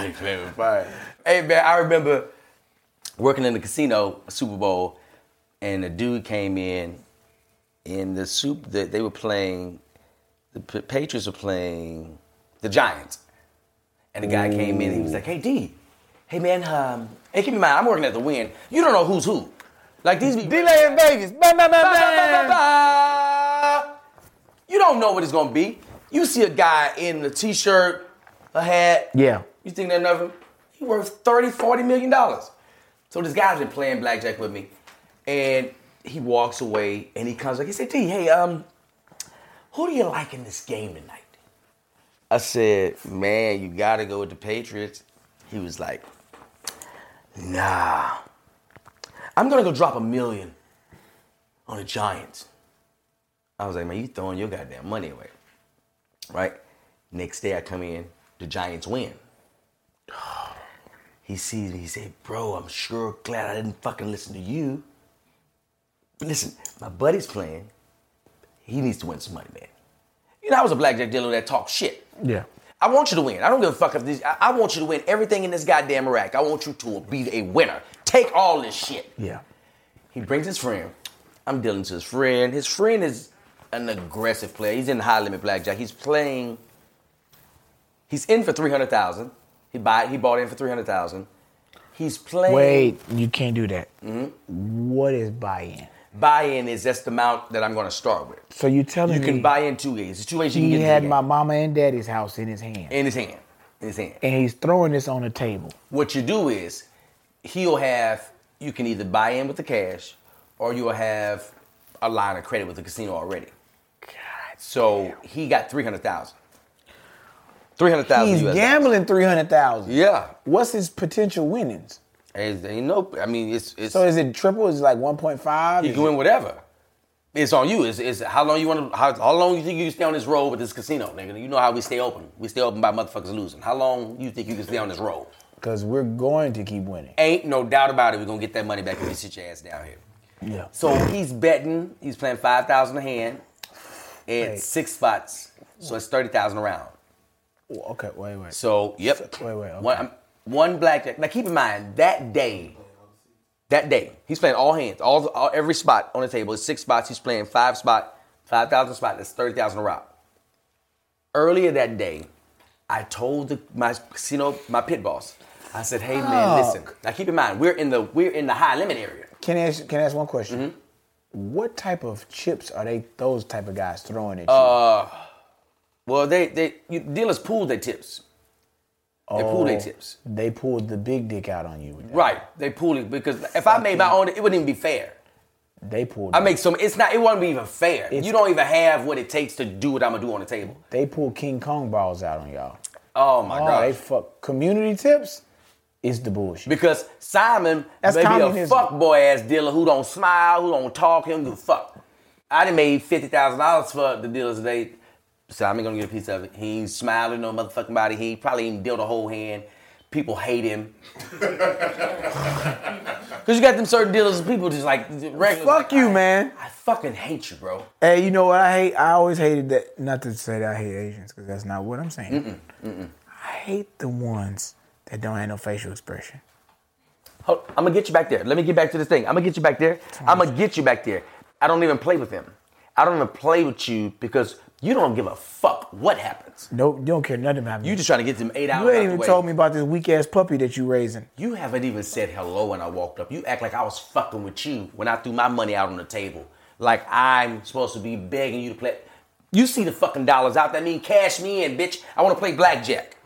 [SPEAKER 2] you playing with fire. Hey man, I remember working in the casino, Super Bowl, and a dude came in, and the soup that they were playing, the P- Patriots were playing the Giants, and the guy came in, he was like, "Hey D, hey man, um, hey keep in mind, I'm working at the Win. You don't know who's who. Like these be-
[SPEAKER 4] Delay in Vegas. Bam, bam,
[SPEAKER 2] Ba,
[SPEAKER 4] bam,
[SPEAKER 2] ba, ba,
[SPEAKER 4] bam.
[SPEAKER 2] ba. You don't know what it's gonna be. You see a guy in a t-shirt, a hat.
[SPEAKER 4] Yeah.
[SPEAKER 2] You think that nothing? He worth 30, 40 million dollars. So this guy's been playing blackjack with me. And he walks away and he comes like he said, D, hey, um, who do you like in this game tonight? I said, man, you gotta go with the Patriots. He was like, nah. I'm gonna go drop a million on the Giants. I was like, man, you throwing your goddamn money away. Right? Next day I come in, the Giants win. He sees me, he said, bro, I'm sure glad I didn't fucking listen to you. Listen, my buddy's playing. He needs to win some money, man. You know, I was a blackjack dealer that talked shit.
[SPEAKER 4] Yeah.
[SPEAKER 2] I want you to win. I don't give a fuck if these. I, I want you to win everything in this goddamn rack. I want you to be a winner. Take all this shit.
[SPEAKER 4] Yeah.
[SPEAKER 2] He brings his friend. I'm dealing to his friend. His friend is an aggressive player. He's in high limit blackjack. He's playing. He's in for three hundred thousand. He buy. He bought in for three hundred thousand. He's playing.
[SPEAKER 4] Wait, you can't do that. What is buy-in?
[SPEAKER 2] Buy-in is that's the amount that I'm going to start with.
[SPEAKER 4] So you telling
[SPEAKER 2] You
[SPEAKER 4] me
[SPEAKER 2] can buy in two ways. There's two ways you can
[SPEAKER 4] He
[SPEAKER 2] get into
[SPEAKER 4] Mm. had
[SPEAKER 2] the
[SPEAKER 4] my
[SPEAKER 2] game.
[SPEAKER 4] mama and daddy's house in his hand,
[SPEAKER 2] in his hand. In his hand.
[SPEAKER 4] and he's throwing this on the table.
[SPEAKER 2] what you do is he'll have you can either buy in with the cash or you'll have a line of credit with the casino already. so he got 300,000. 300,000
[SPEAKER 4] He's
[SPEAKER 2] US.
[SPEAKER 4] gambling three hundred thousand.
[SPEAKER 2] Yeah.
[SPEAKER 4] What's his potential winnings?
[SPEAKER 2] Ain't ain't no I mean it's it's
[SPEAKER 4] So is it triple? Is it like one point five?
[SPEAKER 2] you can win whatever. It's on you. It's, it's how long you want to how, how long you think you can stay on this road with this casino, nigga. You know how we stay open. We stay open by motherfuckers losing. How long you think you can stay on this road?
[SPEAKER 4] Because we're going to keep winning.
[SPEAKER 2] Ain't no doubt about it. We're gonna get that money back if you sit your ass down here.
[SPEAKER 4] Yeah.
[SPEAKER 2] So he's betting. He's playing five thousand a hand. It's
[SPEAKER 4] Wait.
[SPEAKER 2] six spots, so it's thirty thousand a round.
[SPEAKER 4] Well, okay. Wait. Wait.
[SPEAKER 2] So yep.
[SPEAKER 4] Wait, wait, okay.
[SPEAKER 2] One, um, one blackjack. Now keep in mind that day, that day he's playing all hands, all, all every spot on the table is six spots. He's playing five spot, five thousand spot. That's thirty thousand a round. Earlier that day, I told the, my casino my pit boss. I said, "Hey man, listen. Now keep in mind we're in the we're in the high limit area."
[SPEAKER 4] Can I ask, can I ask one question? What type of chips are they? Those type of guys throwing at you?
[SPEAKER 2] Well, they they you, dealers pool their tips. They pool
[SPEAKER 4] Oh.
[SPEAKER 2] their tips.
[SPEAKER 4] They pulled the big dick out on you. With that.
[SPEAKER 2] Right. They pool it because if I made my own, it wouldn't even be fair.
[SPEAKER 4] They pulled.
[SPEAKER 2] I make some. It's not. It wouldn't be even fair.
[SPEAKER 4] It's-
[SPEAKER 2] you don't even have what it takes to do what I'm gonna do on the table.
[SPEAKER 4] They pulled King Kong balls out on y'all.
[SPEAKER 2] Oh my
[SPEAKER 4] Oh, they
[SPEAKER 2] god.
[SPEAKER 4] fuck community tips. Is the bullshit.
[SPEAKER 2] Because Simon
[SPEAKER 4] That's
[SPEAKER 2] may be a
[SPEAKER 4] communism.
[SPEAKER 2] fuckboy ass dealer who don't smile, who don't talk, he don't give a fuck. I done made fifty thousand dollars for the dealers today. Simon gonna get a piece of it. He ain't smiling no motherfucking body. He probably even dealt the whole hand. People hate him. Cause you got them certain dealers and people just like regular.
[SPEAKER 4] Fuck you, man.
[SPEAKER 2] I fucking hate you, bro.
[SPEAKER 4] Hey, you know what I hate? I always hated that. Not to say that I hate Asians, because that's not what I'm saying. I hate the ones that don't have no facial expression.
[SPEAKER 2] Hold, I'm gonna get you back there. Let me get back to this thing. I'm gonna get you back there. I'm gonna get you back there. I don't even play with him. I don't even play with you because you don't give a fuck what happens.
[SPEAKER 4] Nope, you don't care nothing about me.
[SPEAKER 2] You just trying to get them eight hours.
[SPEAKER 4] You
[SPEAKER 2] out
[SPEAKER 4] ain't
[SPEAKER 2] the
[SPEAKER 4] even
[SPEAKER 2] way.
[SPEAKER 4] told me about this weak ass puppy that you raising.
[SPEAKER 2] You haven't even said hello when I walked up. You act like I was fucking with you when I threw my money out on the table. Like I'm supposed to be begging you to play. You see the fucking dollars out. That mean cash me in, bitch. I want to play blackjack.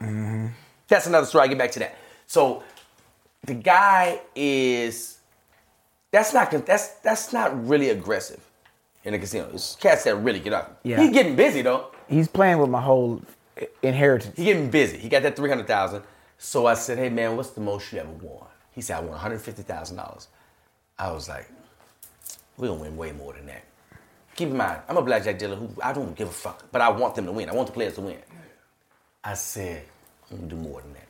[SPEAKER 2] That's another story. I get back to that. So the guy is. That's not. That's that's not really aggressive. in the casino. It's cats that really get up.
[SPEAKER 4] Yeah.
[SPEAKER 2] He's getting busy though.
[SPEAKER 4] He's playing with my whole i- inheritance.
[SPEAKER 2] He getting busy. He got that three hundred thousand. So I said, "Hey man, what's the most you ever won?" He said, "I won one hundred fifty thousand dollars." I was like, "We're gonna win way more than that." Keep in mind, I'm a blackjack dealer who I don't give a fuck, but I want them to win. I want the players to win. I said, "I'm gonna do more than that.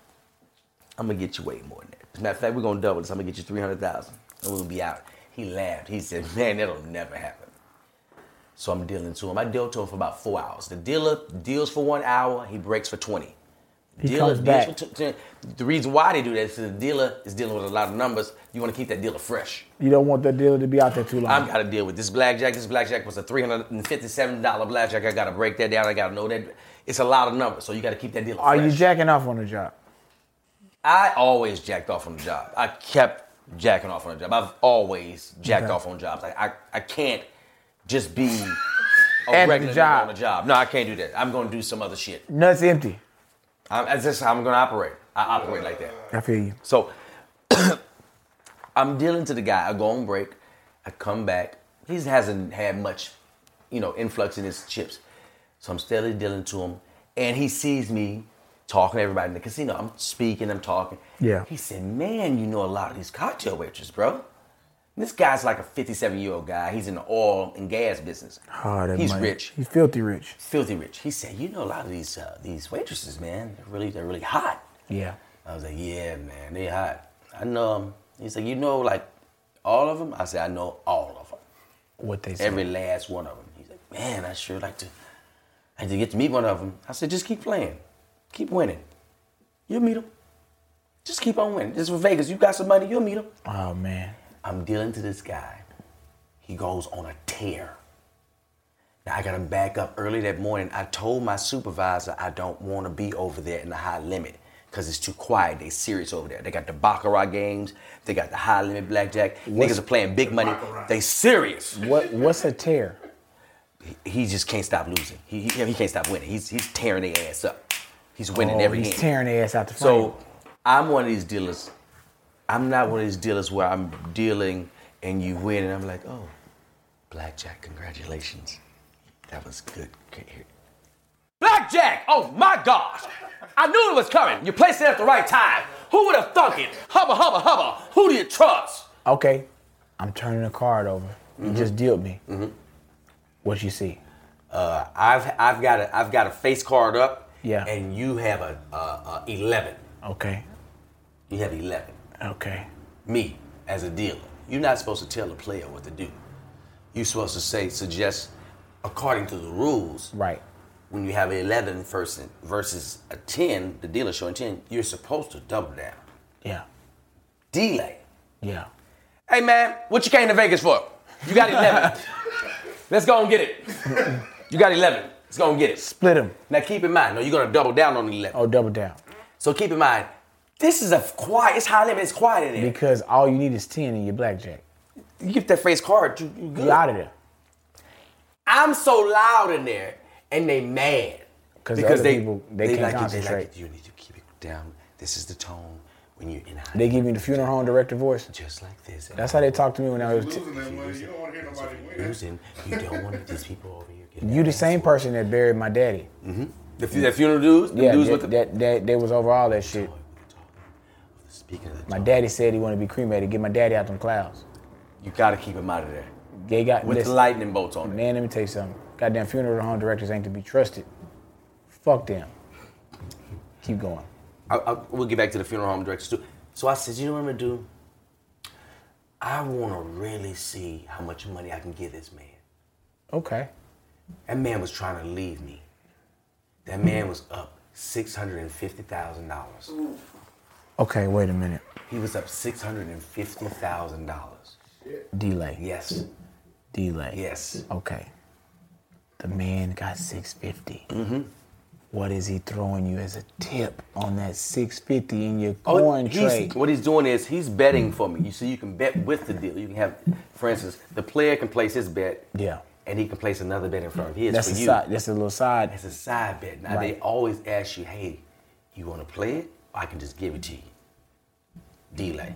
[SPEAKER 2] I'm gonna get you way more than that." As a matter of fact, we're gonna double this. I'm gonna get you three hundred thousand, and we'll be out. He laughed. He said, "Man, that'll never happen." So I'm dealing to him. I deal to him for about four hours. The dealer deals for one hour. He breaks for twenty.
[SPEAKER 4] He
[SPEAKER 2] Dealer deals
[SPEAKER 4] comes back.
[SPEAKER 2] for tw- tw- the reason why they do that is 'cause the dealer is dealing with a lot of numbers. You want to keep that dealer fresh.
[SPEAKER 4] You don't want that deal to be out there too long.
[SPEAKER 2] I've got to deal with this blackjack. This blackjack was a three hundred and fifty-seven dollar blackjack. I got to break that down. I got to know that it's a lot of numbers. So you got to keep that dealer.
[SPEAKER 4] Are you
[SPEAKER 2] fresh.
[SPEAKER 4] jacking off on the job?
[SPEAKER 2] I always jacked off on the job. I kept jacking off on the job. I've always jacked
[SPEAKER 4] Okay.
[SPEAKER 2] off on jobs. Like I, I can't just be a
[SPEAKER 4] At the
[SPEAKER 2] regular nigga
[SPEAKER 4] job.
[SPEAKER 2] on a job. No, I can't do that. I'm gonna do some other shit.
[SPEAKER 4] Nuts empty.
[SPEAKER 2] I'm, that's just how I'm gonna operate. I operate like that.
[SPEAKER 4] I feel you.
[SPEAKER 2] So I'm dealing to the guy. I go on break. I come back. He hasn't had much, you know, influx in his chips. So I'm steadily dealing to him. And he sees me talking to everybody in the casino. I'm speaking, I'm talking.
[SPEAKER 4] Yeah.
[SPEAKER 2] He said, Man, you know a lot of these cocktail waitresses, bro. This guy's like a 57 year old guy. He's in the oil and gas business.
[SPEAKER 4] Oh, that
[SPEAKER 2] He's
[SPEAKER 4] money.
[SPEAKER 2] rich
[SPEAKER 4] He's filthy rich.
[SPEAKER 2] filthy rich. He said, "You know, a lot of these uh, these waitresses, man, they're really they're really hot."
[SPEAKER 4] Yeah.
[SPEAKER 2] I was like, "Yeah, man, they hot." I know them. He's like, "You know, like all of them?" I said, "I know all of them,
[SPEAKER 4] What they say.
[SPEAKER 2] every last one of them." He's like, "Man, I sure like to, like to get to meet one of them." I said, "Just keep playing, keep winning. You'll meet them. Just keep on winning. This is Vegas. You got some money, you'll meet them."
[SPEAKER 4] oh man.
[SPEAKER 2] I'm dealing to this guy. He goes on a tear. Now I gotta back up early that morning. I told my supervisor I don't wanna be over there in the high limit because it's too quiet. They serious over there. They got the Baccarat games, they got the high limit blackjack. Niggas are playing big money.
[SPEAKER 3] Baccarat.
[SPEAKER 2] They serious.
[SPEAKER 4] What what's a tear?
[SPEAKER 2] He just can't stop losing. He, he, he can't stop winning. He's, he's tearing their ass up. He's winning
[SPEAKER 4] Oh,
[SPEAKER 2] every
[SPEAKER 4] he's
[SPEAKER 2] game.
[SPEAKER 4] tearing their ass out the front.
[SPEAKER 2] So I'm one of these dealers. I'm not one of these dealers where I'm dealing and you win and I'm like, oh, blackjack, congratulations. That was good. Blackjack! Oh my gosh! I knew it was coming. You placed it at the right time. Who would have thunk it? Hubba, hubba, hubba. Who do you trust?
[SPEAKER 4] okay, I'm turning the card over. You
[SPEAKER 2] Mm-hmm.
[SPEAKER 4] just dealt me. What you see?
[SPEAKER 2] Uh, I've I've got a I've got a face card up.
[SPEAKER 4] Yeah.
[SPEAKER 2] And you have a, a, a eleven.
[SPEAKER 4] Okay.
[SPEAKER 2] You have eleven.
[SPEAKER 4] Okay.
[SPEAKER 2] me as a dealer. You're not supposed to tell a player what to do. You're supposed to say, suggest according to the rules.
[SPEAKER 4] Right.
[SPEAKER 2] When you have an 11 person versus a 10, the dealer showing 10, you're supposed to double down.
[SPEAKER 4] Yeah.
[SPEAKER 2] Delay.
[SPEAKER 4] Yeah.
[SPEAKER 2] Hey man, what you came to Vegas for? You got 11. Let's go and get it. You got 11. Let's go and get it.
[SPEAKER 4] Split them.
[SPEAKER 2] Now keep in mind, no, you're gonna double down on the 11.
[SPEAKER 4] Oh, double down.
[SPEAKER 2] So keep in mind, this is a quiet, it's high limit, it's quiet in there.
[SPEAKER 4] Because all you need is ten in your blackjack.
[SPEAKER 2] You get that face card, you, you good.
[SPEAKER 4] You out of there.
[SPEAKER 2] I'm so loud in there, and they mad
[SPEAKER 4] 'Cause the other people, they can't
[SPEAKER 2] like it. They like
[SPEAKER 4] concentrate.
[SPEAKER 2] it. You need to keep it down. This is the tone when you're in high.
[SPEAKER 4] They give me the funeral home director voice.
[SPEAKER 2] just like this.
[SPEAKER 4] That's how they talked to me when I was. T-
[SPEAKER 3] Losing that money, you don't want to hear nobody win.
[SPEAKER 2] losing. You don't want these people over here. getting
[SPEAKER 4] you
[SPEAKER 2] their
[SPEAKER 4] the
[SPEAKER 2] ass
[SPEAKER 4] same
[SPEAKER 2] whooped.
[SPEAKER 4] person that buried my daddy.
[SPEAKER 2] The, fu- the funeral dudes. The
[SPEAKER 4] Yeah,
[SPEAKER 2] dudes
[SPEAKER 4] that,
[SPEAKER 2] with the.
[SPEAKER 4] that, that they was over all that shit.
[SPEAKER 2] Speaking of the
[SPEAKER 4] My
[SPEAKER 2] tone,
[SPEAKER 4] daddy said he wanted to be cremated. Get my daddy out them clouds.
[SPEAKER 2] you gotta keep him out of there
[SPEAKER 4] They got
[SPEAKER 2] with the
[SPEAKER 4] listen,
[SPEAKER 2] lightning bolts on. it.
[SPEAKER 4] Man, let me tell you something. Goddamn funeral home directors ain't to be trusted. Fuck them. Keep going.
[SPEAKER 2] I, I, we'll get back to the funeral home directors too. So I said, you know what I'm gonna do? I wanna really see how much money I can give this man.
[SPEAKER 4] Okay.
[SPEAKER 2] That man was trying to leave me. That man was up six hundred and fifty thousand dollars.
[SPEAKER 4] Okay, wait a minute.
[SPEAKER 2] He was up six hundred and fifty thousand dollars.
[SPEAKER 4] Delay.
[SPEAKER 2] Yes,
[SPEAKER 4] Delay.
[SPEAKER 2] yes.
[SPEAKER 4] Okay. The man got 650. Mm-hmm. is he throwing you as a tip on that 650 in your coin
[SPEAKER 2] Oh, he's,
[SPEAKER 4] trade?
[SPEAKER 2] what he's doing is he's betting for me. You see, you can bet with the deal. You can have, for instance, the player can place his bet,
[SPEAKER 4] Yeah.
[SPEAKER 2] and he can place another bet in front of his
[SPEAKER 4] That's
[SPEAKER 2] for
[SPEAKER 4] a
[SPEAKER 2] you.
[SPEAKER 4] side. That's a little side.
[SPEAKER 2] It's a side bet. Now they
[SPEAKER 4] Right.
[SPEAKER 2] always ask you, hey, you want to play it? Or I can just give it to you. Delay.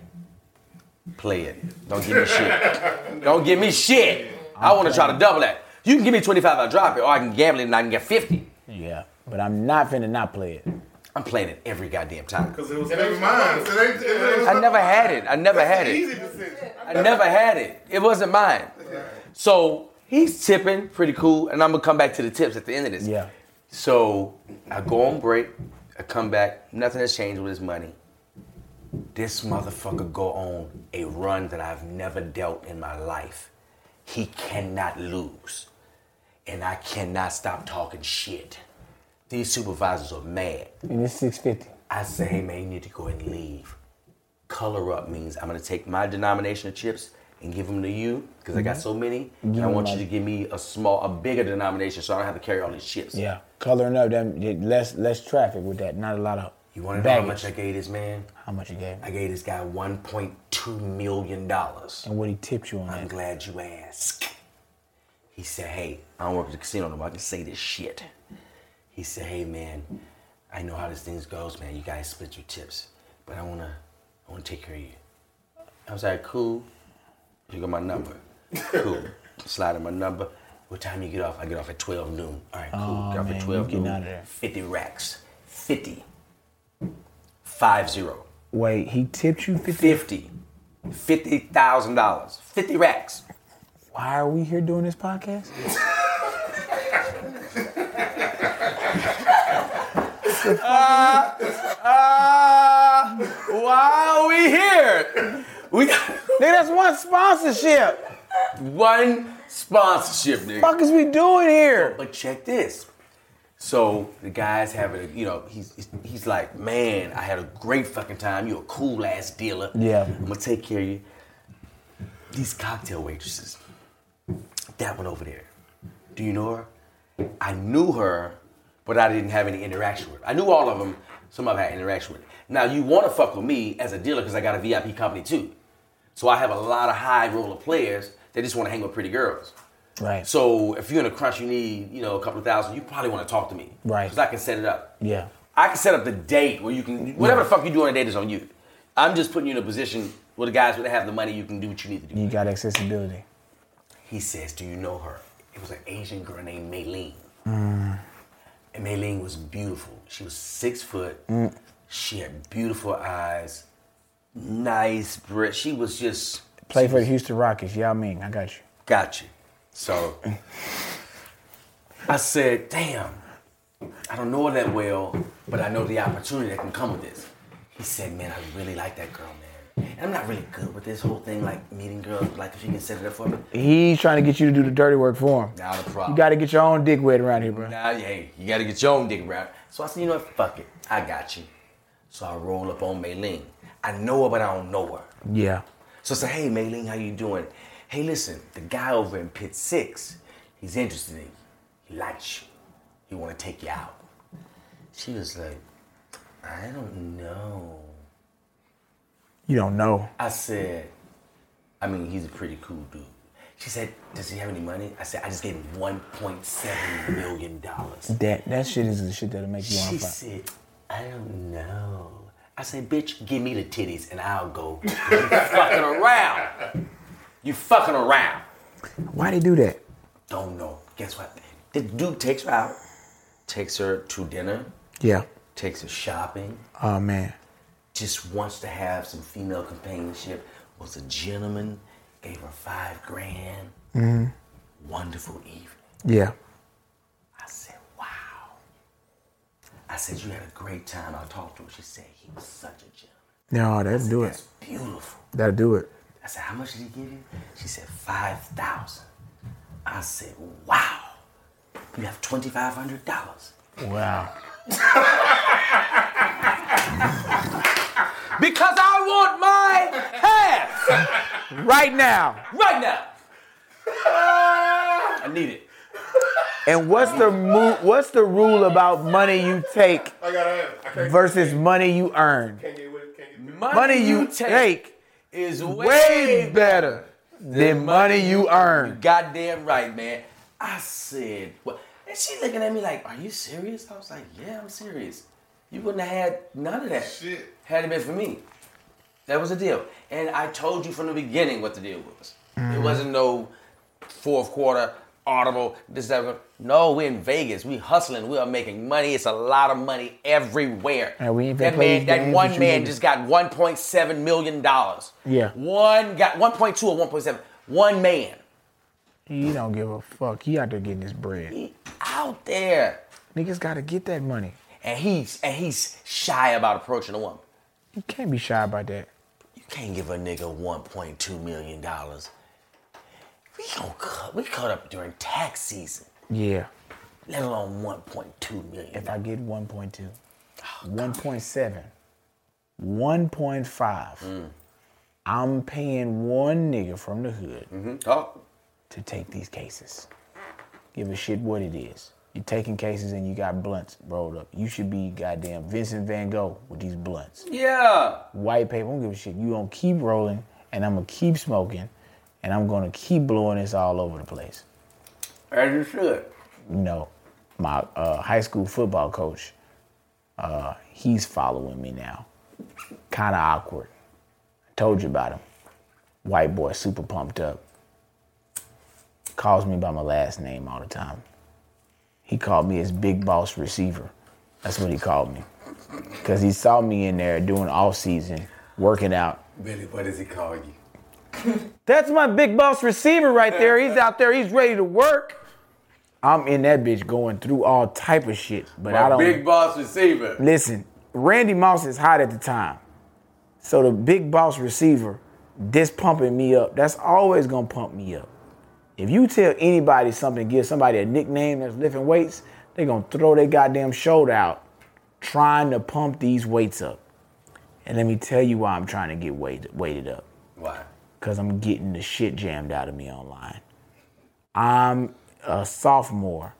[SPEAKER 2] Play it. Don't give me shit. Don't give me shit. I want to try to double that. You can give me 25, I'll drop it, or I can gamble it and I can get 50.
[SPEAKER 4] Yeah, but I'm not finna not play it.
[SPEAKER 2] I'm playing it every goddamn time.
[SPEAKER 6] Because it was
[SPEAKER 3] It ain't mine. It ain't, it ain't
[SPEAKER 2] I never had it. I never had it.
[SPEAKER 3] Easy decision.
[SPEAKER 2] I never had it. It wasn't mine. So he's tipping, pretty cool, and I'm gonna come back to the tips at the end of this.
[SPEAKER 4] Yeah.
[SPEAKER 2] So I go on break, I come back, nothing has changed with his money. This motherfucker go on a run that I've never dealt in my life. He cannot lose. And I cannot stop talking shit. These supervisors are mad.
[SPEAKER 4] And it's 650.
[SPEAKER 2] I say, hey man, you need to go ahead and leave. Color up means I'm gonna take my denomination of chips and give them to you because I got
[SPEAKER 4] Mm-hmm.
[SPEAKER 2] so many. and I
[SPEAKER 4] them
[SPEAKER 2] want
[SPEAKER 4] all.
[SPEAKER 2] you to give me a small, a bigger denomination so I don't have to carry all these chips.
[SPEAKER 4] Yeah, coloring up that that less less traffic with that. Not a lot of.
[SPEAKER 2] You want to know how
[SPEAKER 4] baggage.
[SPEAKER 2] much I gave this man?
[SPEAKER 4] How much you gave?
[SPEAKER 2] I gave this guy 1.2 million dollars.
[SPEAKER 4] And what he tipped you on
[SPEAKER 2] I'm
[SPEAKER 4] that?
[SPEAKER 2] glad you asked. He said, hey, I don't work at the casino no more. I can say this shit. He said, hey man, I know how this thing goes, man. You guys split your tips. But I wanna I wanna take care of you. I was like, cool. You got my number. Cool. Slide in my number. What time you get off? I get off at 12 noon. All right, cool.
[SPEAKER 4] Aw,
[SPEAKER 2] get off
[SPEAKER 4] Oh, man,
[SPEAKER 2] at
[SPEAKER 4] you
[SPEAKER 2] 12
[SPEAKER 4] getting
[SPEAKER 2] noon.
[SPEAKER 4] out of there.
[SPEAKER 2] 50 racks. 50. 5 0.
[SPEAKER 4] Wait, he tipped you 50.
[SPEAKER 2] 50. $50,000. 50 racks.
[SPEAKER 4] Why are we here doing this podcast?
[SPEAKER 2] Ah, why are we here? We got
[SPEAKER 4] Nigga, that's one sponsorship.
[SPEAKER 2] one sponsorship, nigga.
[SPEAKER 4] Fuck is we doing here?
[SPEAKER 2] But check this. So the guy's having, a, you know, he's he's- he's like, man, I had a great fucking time. You're a cool ass dealer.
[SPEAKER 4] Yeah.
[SPEAKER 2] I'm gonna take care of you. These cocktail waitresses. That one over there. Do you know her? I knew her, but I didn't have any interaction with her. I knew all of them. Some of them I had interaction with. Now you want to fuck with me as a dealer because I got a VIP company too. So I have a lot of high roller players that just want to hang with pretty girls.
[SPEAKER 4] Right. So
[SPEAKER 2] So if you're in a crunch, you need you know a couple of thousand. You probably want to talk to me,
[SPEAKER 4] Right.
[SPEAKER 2] Because I can set it up.
[SPEAKER 4] Yeah.
[SPEAKER 2] I can set up the date where you can whatever the fuck you do on a date is on you. I'm just putting you in a position where the guys would have the money. You can do what you need to do.
[SPEAKER 4] you got accessibility.
[SPEAKER 2] He says, "Do you know her?" It was an Asian girl named Maylene.
[SPEAKER 4] Mm.
[SPEAKER 2] And Maylene was beautiful. She was six foot.
[SPEAKER 4] Mm.
[SPEAKER 2] She had beautiful eyes, nice breath. She was just
[SPEAKER 4] Play for the Houston Rockets. Y'all mean I got you.
[SPEAKER 2] Got you. So I said, damn, I don't know her that well, but I know the opportunity that can come with this. He said, man, I really like that girl, man. And I'm not really good with this whole thing, like meeting girls, like if you can set it up for me.
[SPEAKER 4] He's trying to get you to do the dirty work for him.
[SPEAKER 2] Not a problem.
[SPEAKER 4] You got to get your own dick wet around here, bro.
[SPEAKER 2] Nah, hey, you gotta get your own dick wrapped. So I said, you know what, fuck it. I got you. So I roll up on Maylene. I know her, but I don't know her.
[SPEAKER 4] Yeah.
[SPEAKER 2] So I said, hey, Maylene, how you doing? Hey, listen, the guy over in pit six, he's interested in you. He likes you. He want to take you out. She was like, I don't know.
[SPEAKER 4] You don't know.
[SPEAKER 2] I said, I mean, he's a pretty cool dude. She said, does he have any money? I said, I just gave him $1.7 million.
[SPEAKER 4] That that shit is the shit that'll make
[SPEAKER 2] She
[SPEAKER 4] you want to fight.
[SPEAKER 2] said, I don't know. I said, bitch, give me the titties and I'll go. You fucking around. You fucking around.
[SPEAKER 4] Why they do that?
[SPEAKER 2] Don't know. Guess what? The dude takes her out, takes her to dinner,
[SPEAKER 4] Yeah.
[SPEAKER 2] takes her shopping,
[SPEAKER 4] Oh man.
[SPEAKER 2] just wants to have some female companionship. Was a gentleman, gave her five grand. Wonderful evening.
[SPEAKER 4] Yeah.
[SPEAKER 2] I said, wow. I said, you had a great time. I talked to her. She said, he was such a gentleman.
[SPEAKER 4] No, oh, that'll do it.
[SPEAKER 2] That's beautiful.
[SPEAKER 4] That'll do it.
[SPEAKER 2] I said, how much did he give you? She said, 5000 I said, wow. You have $2,500.
[SPEAKER 4] Wow.
[SPEAKER 2] Because I want my half
[SPEAKER 4] Right now.
[SPEAKER 2] right now. I need it.
[SPEAKER 4] And what's the mo- what's the rule about money you take
[SPEAKER 3] I gotta have it. I can't,
[SPEAKER 4] versus money you earn?
[SPEAKER 3] can't get with it. Can't get with it.
[SPEAKER 4] Money you take
[SPEAKER 2] is
[SPEAKER 4] way better than money you earn.
[SPEAKER 2] Goddamn right, man. I said, what? And she looking at me like, are you serious? I was like, yeah, I'm serious. You wouldn't have had none of that.
[SPEAKER 3] Shit.
[SPEAKER 2] Had it been for me.
[SPEAKER 4] Mm-hmm.
[SPEAKER 2] That was the deal. And I told you from the beginning what the deal was. It wasn't no fourth quarter, audible, this, that. that. No, we're in Vegas. We hustling. We are making money. It's a lot of money everywhere.
[SPEAKER 4] And we ain't been
[SPEAKER 2] that
[SPEAKER 4] playing
[SPEAKER 2] man, that
[SPEAKER 4] games
[SPEAKER 2] one
[SPEAKER 4] that you
[SPEAKER 2] man
[SPEAKER 4] didn't-
[SPEAKER 2] just got 1.7 million dollars.
[SPEAKER 4] Yeah.
[SPEAKER 2] One got 1.2 or 1.7. One man
[SPEAKER 4] He don't give a fuck. He out there getting his bread.
[SPEAKER 2] He out there,
[SPEAKER 4] Niggas gotta get that money.
[SPEAKER 2] and he's and he's shy about approaching a woman.
[SPEAKER 4] You can't be shy about that.
[SPEAKER 2] You can't give a nigga 1.2 million dollars. We gonna cut. We cut up during tax season.
[SPEAKER 4] Yeah.
[SPEAKER 2] Let alone 1.2 million.
[SPEAKER 4] If I get 1.2, 1.7, 1.5, I'm paying one nigga from the hood
[SPEAKER 2] Oh,
[SPEAKER 4] to take these cases. Give a shit what it is. You're taking cases and you got blunts rolled up. You should be goddamn Vincent Van Gogh with these blunts.
[SPEAKER 2] yeah.
[SPEAKER 4] White paper, I don't give a shit. You gonna keep rolling and I'm gonna keep smoking and I'm gonna keep blowing this all over the place.
[SPEAKER 2] As you should.
[SPEAKER 4] you know, my uh, high school football coach, uh, he's following me now. Kind of awkward. I told you about him. White boy, super pumped up. Calls me by my last name all the time. He called me his big boss receiver. That's what he called me. Because he saw me in there doing off season, working out.
[SPEAKER 3] Billy, what does he call you?
[SPEAKER 4] That's my big boss receiver right there. He's out there. He's ready to work. I'm in that bitch going through all type of shit, but I don't
[SPEAKER 3] boss receiver.
[SPEAKER 4] listen. Randy Moss is hot at the time, so the big boss receiver, this pumping me up. That's always gonna pump me up. If you tell anybody something, give somebody a nickname that's lifting weights, they gonna throw their goddamn shoulder out trying to pump these weights up. And let me tell you why I'm trying to get weight, weighted up
[SPEAKER 2] Why?
[SPEAKER 4] because I'm getting the shit jammed out of me online. I'm a sophomore,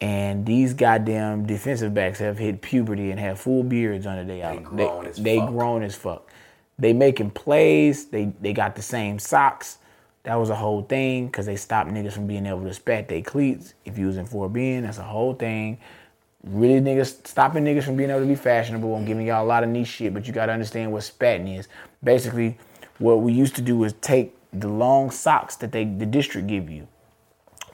[SPEAKER 4] and these goddamn defensive backs have hit puberty and have full beards under their eyes.
[SPEAKER 2] grown as
[SPEAKER 4] they
[SPEAKER 2] fuck.
[SPEAKER 4] grown as fuck. They making plays. They they got the same socks. That was a whole thing because they stopped niggas from being able to spat their cleats if you was in 4B. That's a whole thing. Really, niggas stopping niggas from being able to be fashionable. I'm giving y'all a lot of niche shit, but you gotta understand what spatting is. Basically, what we used to do is take the long socks that they the district give you.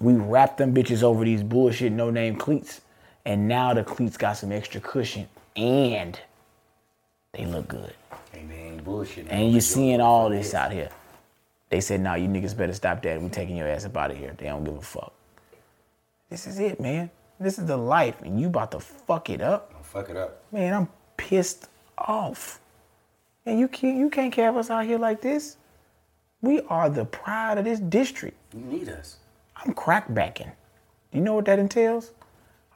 [SPEAKER 4] We wrap them bitches over these bullshit no name cleats, and now the cleats got some extra cushion and they look good.
[SPEAKER 3] And they ain't bullshit.
[SPEAKER 4] And you're seeing all this out here. They said, nah, you niggas better stop that. We taking your ass up out of here. They don't give a fuck. This is it, man. This is the life, and you about to fuck it up.
[SPEAKER 3] Fuck it up.
[SPEAKER 4] Man, I'm pissed off. And you can't you can't have us out here like this. We are the pride of this district.
[SPEAKER 2] You need us.
[SPEAKER 4] I'm crackbacking. You know what that entails?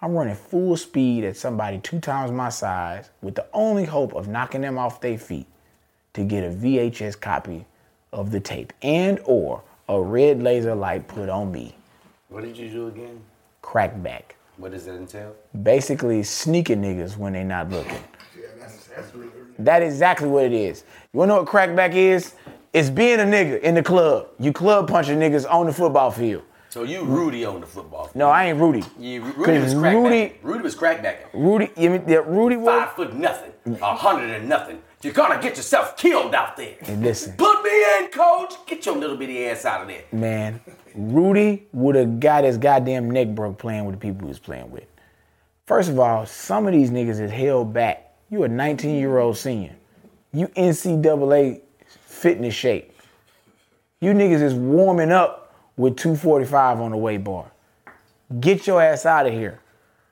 [SPEAKER 4] I'm running full speed at somebody two times my size with the only hope of knocking them off their feet to get a VHS copy of the tape and or a red laser light put on me.
[SPEAKER 3] What did you do again?
[SPEAKER 4] Crackback.
[SPEAKER 3] What does that entail?
[SPEAKER 4] Basically sneaking niggas when they not looking.
[SPEAKER 3] Yeah, that's, that's really.
[SPEAKER 4] That is exactly what it is. You wanna know what crackback is? It's being a nigga in the club. You club punching niggas on the football field.
[SPEAKER 2] So you Rudy on the football. field.
[SPEAKER 4] No, I ain't Rudy.
[SPEAKER 2] Yeah, Ru- Rudy was
[SPEAKER 4] Cause
[SPEAKER 2] crackbacking.
[SPEAKER 4] Rudy-
[SPEAKER 2] Rudy, was crackbacking.
[SPEAKER 4] Rudy, you mean, yeah, Rudy was.
[SPEAKER 2] Five foot nothing, a hundred and nothing. You're gonna get yourself killed out there.
[SPEAKER 4] And listen.
[SPEAKER 2] Put me in, coach. Get your little bitty ass out of there.
[SPEAKER 4] Man, Rudy would have got his goddamn neck broke playing with the people he was playing with. First of all, some of these niggas is held back. You a 19 year old senior. You NCAA fitness shape. You niggas is warming up with 245 on the weight bar. Get your ass out of here.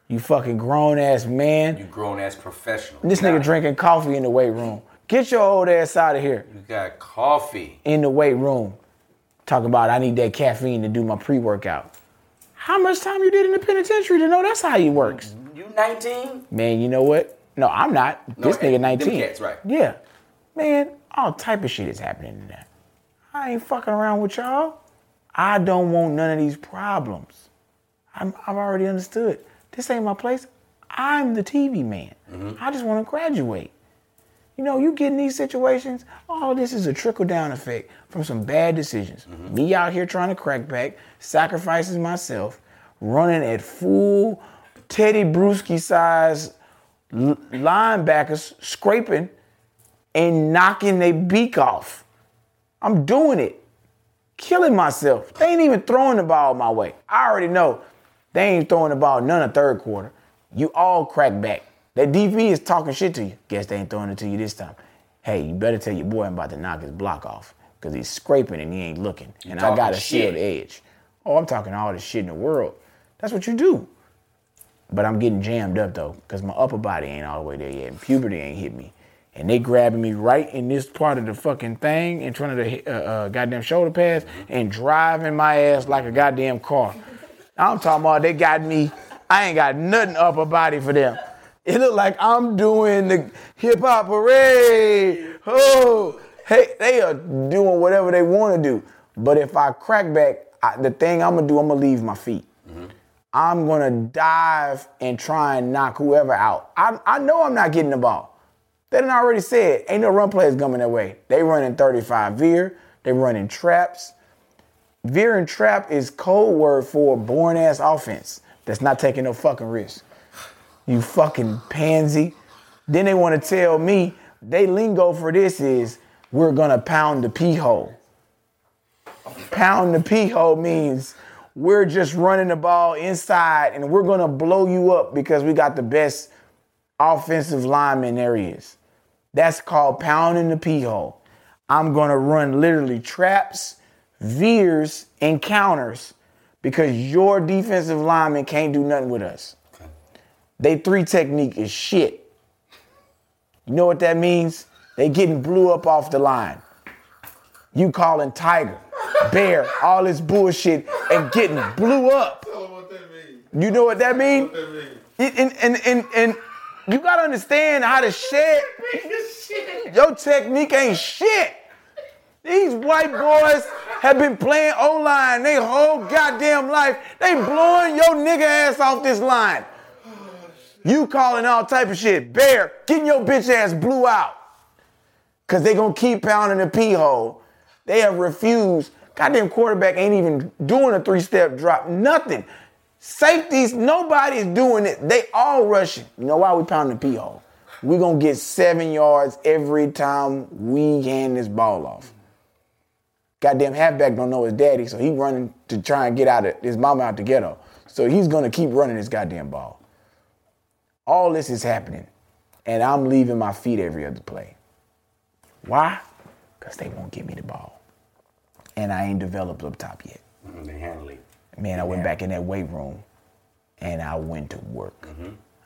[SPEAKER 4] You fucking grown ass man.
[SPEAKER 2] You grown ass professional.
[SPEAKER 4] This
[SPEAKER 2] Nah,
[SPEAKER 4] nigga drinking coffee in the weight room. Get your old ass out of here.
[SPEAKER 2] You got coffee.
[SPEAKER 4] in the weight room talking about I need that caffeine to do my pre-workout. How much time you did in the penitentiary to know that's how he works?
[SPEAKER 2] You 19?
[SPEAKER 4] Man, you know what? No, I'm not. this
[SPEAKER 2] eh,
[SPEAKER 4] nigga
[SPEAKER 2] them
[SPEAKER 4] 19.
[SPEAKER 2] cats, right.
[SPEAKER 4] Yeah. Man, all type of shit is happening in there. I ain't fucking around with y'all. I don't want none of these problems. I'm, I've already understood. This ain't my place. I'm the TV man.
[SPEAKER 2] Mm-hmm.
[SPEAKER 4] I just want to graduate. You know, you get in these situations, all this is a trickle down effect from some bad decisions. Me out here trying to crack back, sacrificing myself, running at full Teddy Bruschi size l- linebackers, scraping and knocking their beak off. I'm doing it. killing myself. They ain't even throwing the ball my way. I already know they ain't throwing the ball none of third quarter. You all crack back. That DB is talking shit to you. Guess they ain't throwing it to you this time. Hey, you better tell your boy I'm about to knock his block off because he's scraping and he ain't looking. and I
[SPEAKER 2] talking
[SPEAKER 4] got a
[SPEAKER 2] shit.
[SPEAKER 4] shield edge. Oh, I'm talking all this shit in the world. That's what you do. But I'm getting jammed up though, because my upper body ain't all the way there yet, and puberty ain't hit me. And they grabbing me right in this part of the fucking thing in front of the uh, uh, goddamn shoulder pads and driving my ass like a goddamn car. I'm talking about they got me. I ain't got nothing upper body for them. It look like I'm doing the hip hop parade. Oh, hey, they are doing whatever they want to do. But if I crack back, I, the thing I'm gonna do, I'm gonna leave my feet. I'm gonna dive and try and knock whoever out. I, I know I'm not getting the ball. They done already said ain't no run plays coming their way. They running 35 veer. They running traps. Veer and trap is code word for born ass offense that's not taking no fucking risk. You fucking pansy. Then they want to tell me they lingo for this is we're gonna pound the pee hole pound the pee hole means we're just running the ball inside and we're gonna blow you up because we got the best offensive lineman there is. That's called pounding the pee hole. I'm gonna run literally traps, veers, and counters because your defensive lineman can't do nothing with us. They three technique is shit. You know what that means? They getting blew up off the line. You calling tiger, bear, all this bullshit, and getting blew up.
[SPEAKER 3] Tell them what that means.
[SPEAKER 4] You know what that mean?
[SPEAKER 3] What that
[SPEAKER 4] And
[SPEAKER 3] means.
[SPEAKER 4] and and and, and you gotta understand how to shed. Your technique ain't shit. These white boys have been playing O line they whole goddamn life. They blowing your nigga ass off this line. You calling all type of shit. Bear, getting your bitch ass blew out. Cause they gonna keep pounding the pee hole. They have refused. Goddamn quarterback ain't even doing a three-step drop. Nothing. Safeties, nobody's doing it. They all rushing. You know why we pounding the pee hole? we gonna get seven yards every time we hand this ball off. Goddamn halfback don't know his daddy, so he running to try and get out of his mama out the ghetto. So he's gonna keep running this goddamn ball. All this is happening, and I'm leaving my feet every other play. Why? Because they won't give me the ball. And I ain't developed up top yet.
[SPEAKER 1] Mm, They handle it.
[SPEAKER 4] Man, I went back in that weight room and I went to work.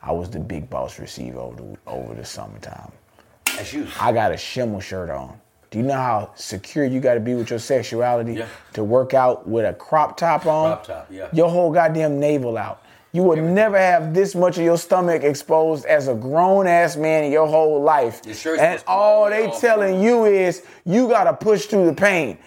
[SPEAKER 4] I was the big boss receiver over the, over the summertime.
[SPEAKER 1] That's you.
[SPEAKER 4] I got a shimmel shirt on. Do you know how secure you got to be with your sexuality
[SPEAKER 1] Yeah.
[SPEAKER 4] to work out with a crop top on?
[SPEAKER 1] Crop top, yeah.
[SPEAKER 4] Your whole goddamn navel out. You would never have this much of your stomach exposed as a grown ass man in your whole life.
[SPEAKER 1] Your shirt's
[SPEAKER 4] and
[SPEAKER 1] supposed to be all
[SPEAKER 4] all
[SPEAKER 1] the way
[SPEAKER 4] they
[SPEAKER 1] off.
[SPEAKER 4] telling you is you got to push through the pain.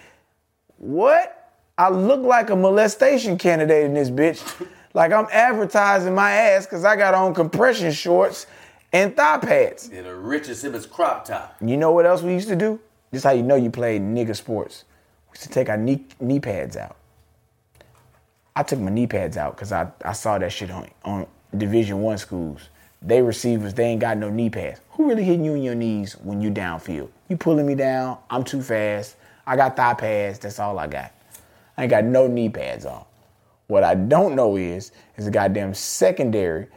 [SPEAKER 4] What? I look like a molestation candidate in this bitch. like I'm advertising my ass because I got on compression shorts and thigh pads.
[SPEAKER 1] They're the richest if it's crop top.
[SPEAKER 4] You know what else we used to do? This is how you know you played nigga sports. We used to take our knee, knee pads out. I took my knee pads out because I, I saw that shit on, on Division One schools. They receivers, they ain't got no knee pads. Who really hitting you in your knees when you downfield? You pulling me down, I'm too fast. I got thigh pads, that's all I got. I ain't got no knee pads on. What I don't know is, is the goddamn secondary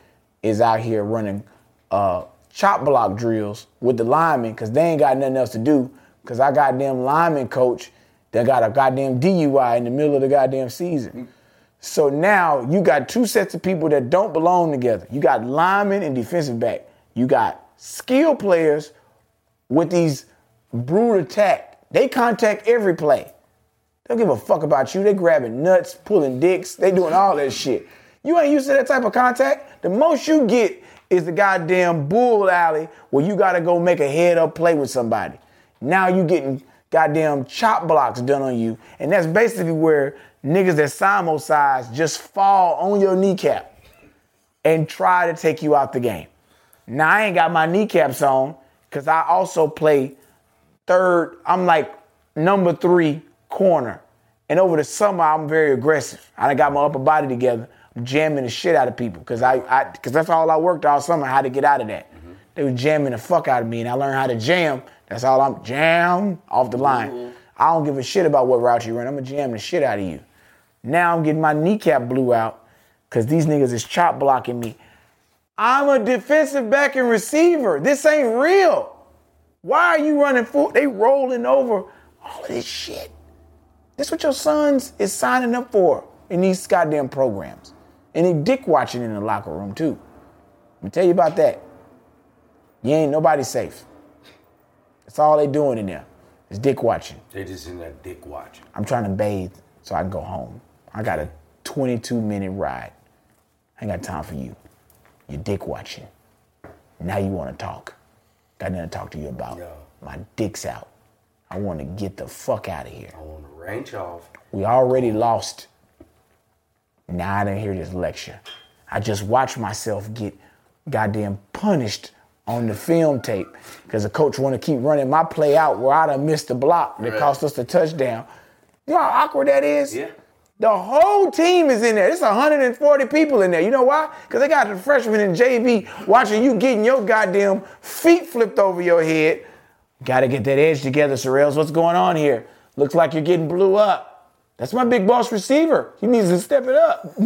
[SPEAKER 4] is out here running uh, chop block drills with the linemen because they ain't got nothing else to do. Because I goddamn lineman coach that got a goddamn DUI in the middle of the goddamn season. So now you got two sets of people that don't belong together. You got linemen and defensive back. You got skill players with these brute attack. They contact every play. They don't give a fuck about you. They grabbing nuts, pulling dicks. They doing all that shit. You ain't used to that type of contact. The most you get is the goddamn bull alley where you gotta go make a head up play with somebody. Now you getting goddamn chop blocks done on you, and that's basically where niggas that simo size just fall on your kneecap and try to take you out the game. Now I ain't got my kneecaps on because I also play third. I'm like number three corner. And over the summer, I'm very aggressive. I done got my upper body together. I'm jamming the shit out of people because I, I, cause that's all I worked all summer, how to get out of that. They was jamming the fuck out of me, and I learned how to jam. That's all I'm jam off the line. I don't give a shit about what route you run. I'm gonna jam the shit out of you. Now I'm getting my kneecap blew out because these niggas is chop blocking me. I'm a defensive back and receiver. This ain't real. Why are you running full? They rolling over all of this shit. This what your sons is signing up for in these goddamn programs. And they dick watching in the locker room too. Let me tell you about that. You ain't nobody safe. That's all they doing in there. Is dick watching.
[SPEAKER 1] They just in that dick watching.
[SPEAKER 4] I'm trying to bathe so I can go home. I got a 22 minute ride. I ain't got time for you. You're dick watching. Now you want to talk. Got nothing to talk to you about.
[SPEAKER 1] Yeah.
[SPEAKER 4] My dick's out. I want to get the fuck out of here.
[SPEAKER 1] I want to range off.
[SPEAKER 4] We already lost. Now I didn't hear this lecture. I just watched myself get goddamn punished on the film tape because the coach want to keep running my play out where I done missed the block that
[SPEAKER 2] Right.
[SPEAKER 4] cost us the touchdown. You know how awkward that is?
[SPEAKER 2] Yeah.
[SPEAKER 4] The whole team is in there. There's 140 people in there. You know why? Because they got the freshmen in JV watching you getting your goddamn feet flipped over your head. Got to get that edge together, Sorrells. What's going on here? Looks like you're getting blew up. That's my big boss receiver. He needs to step it up.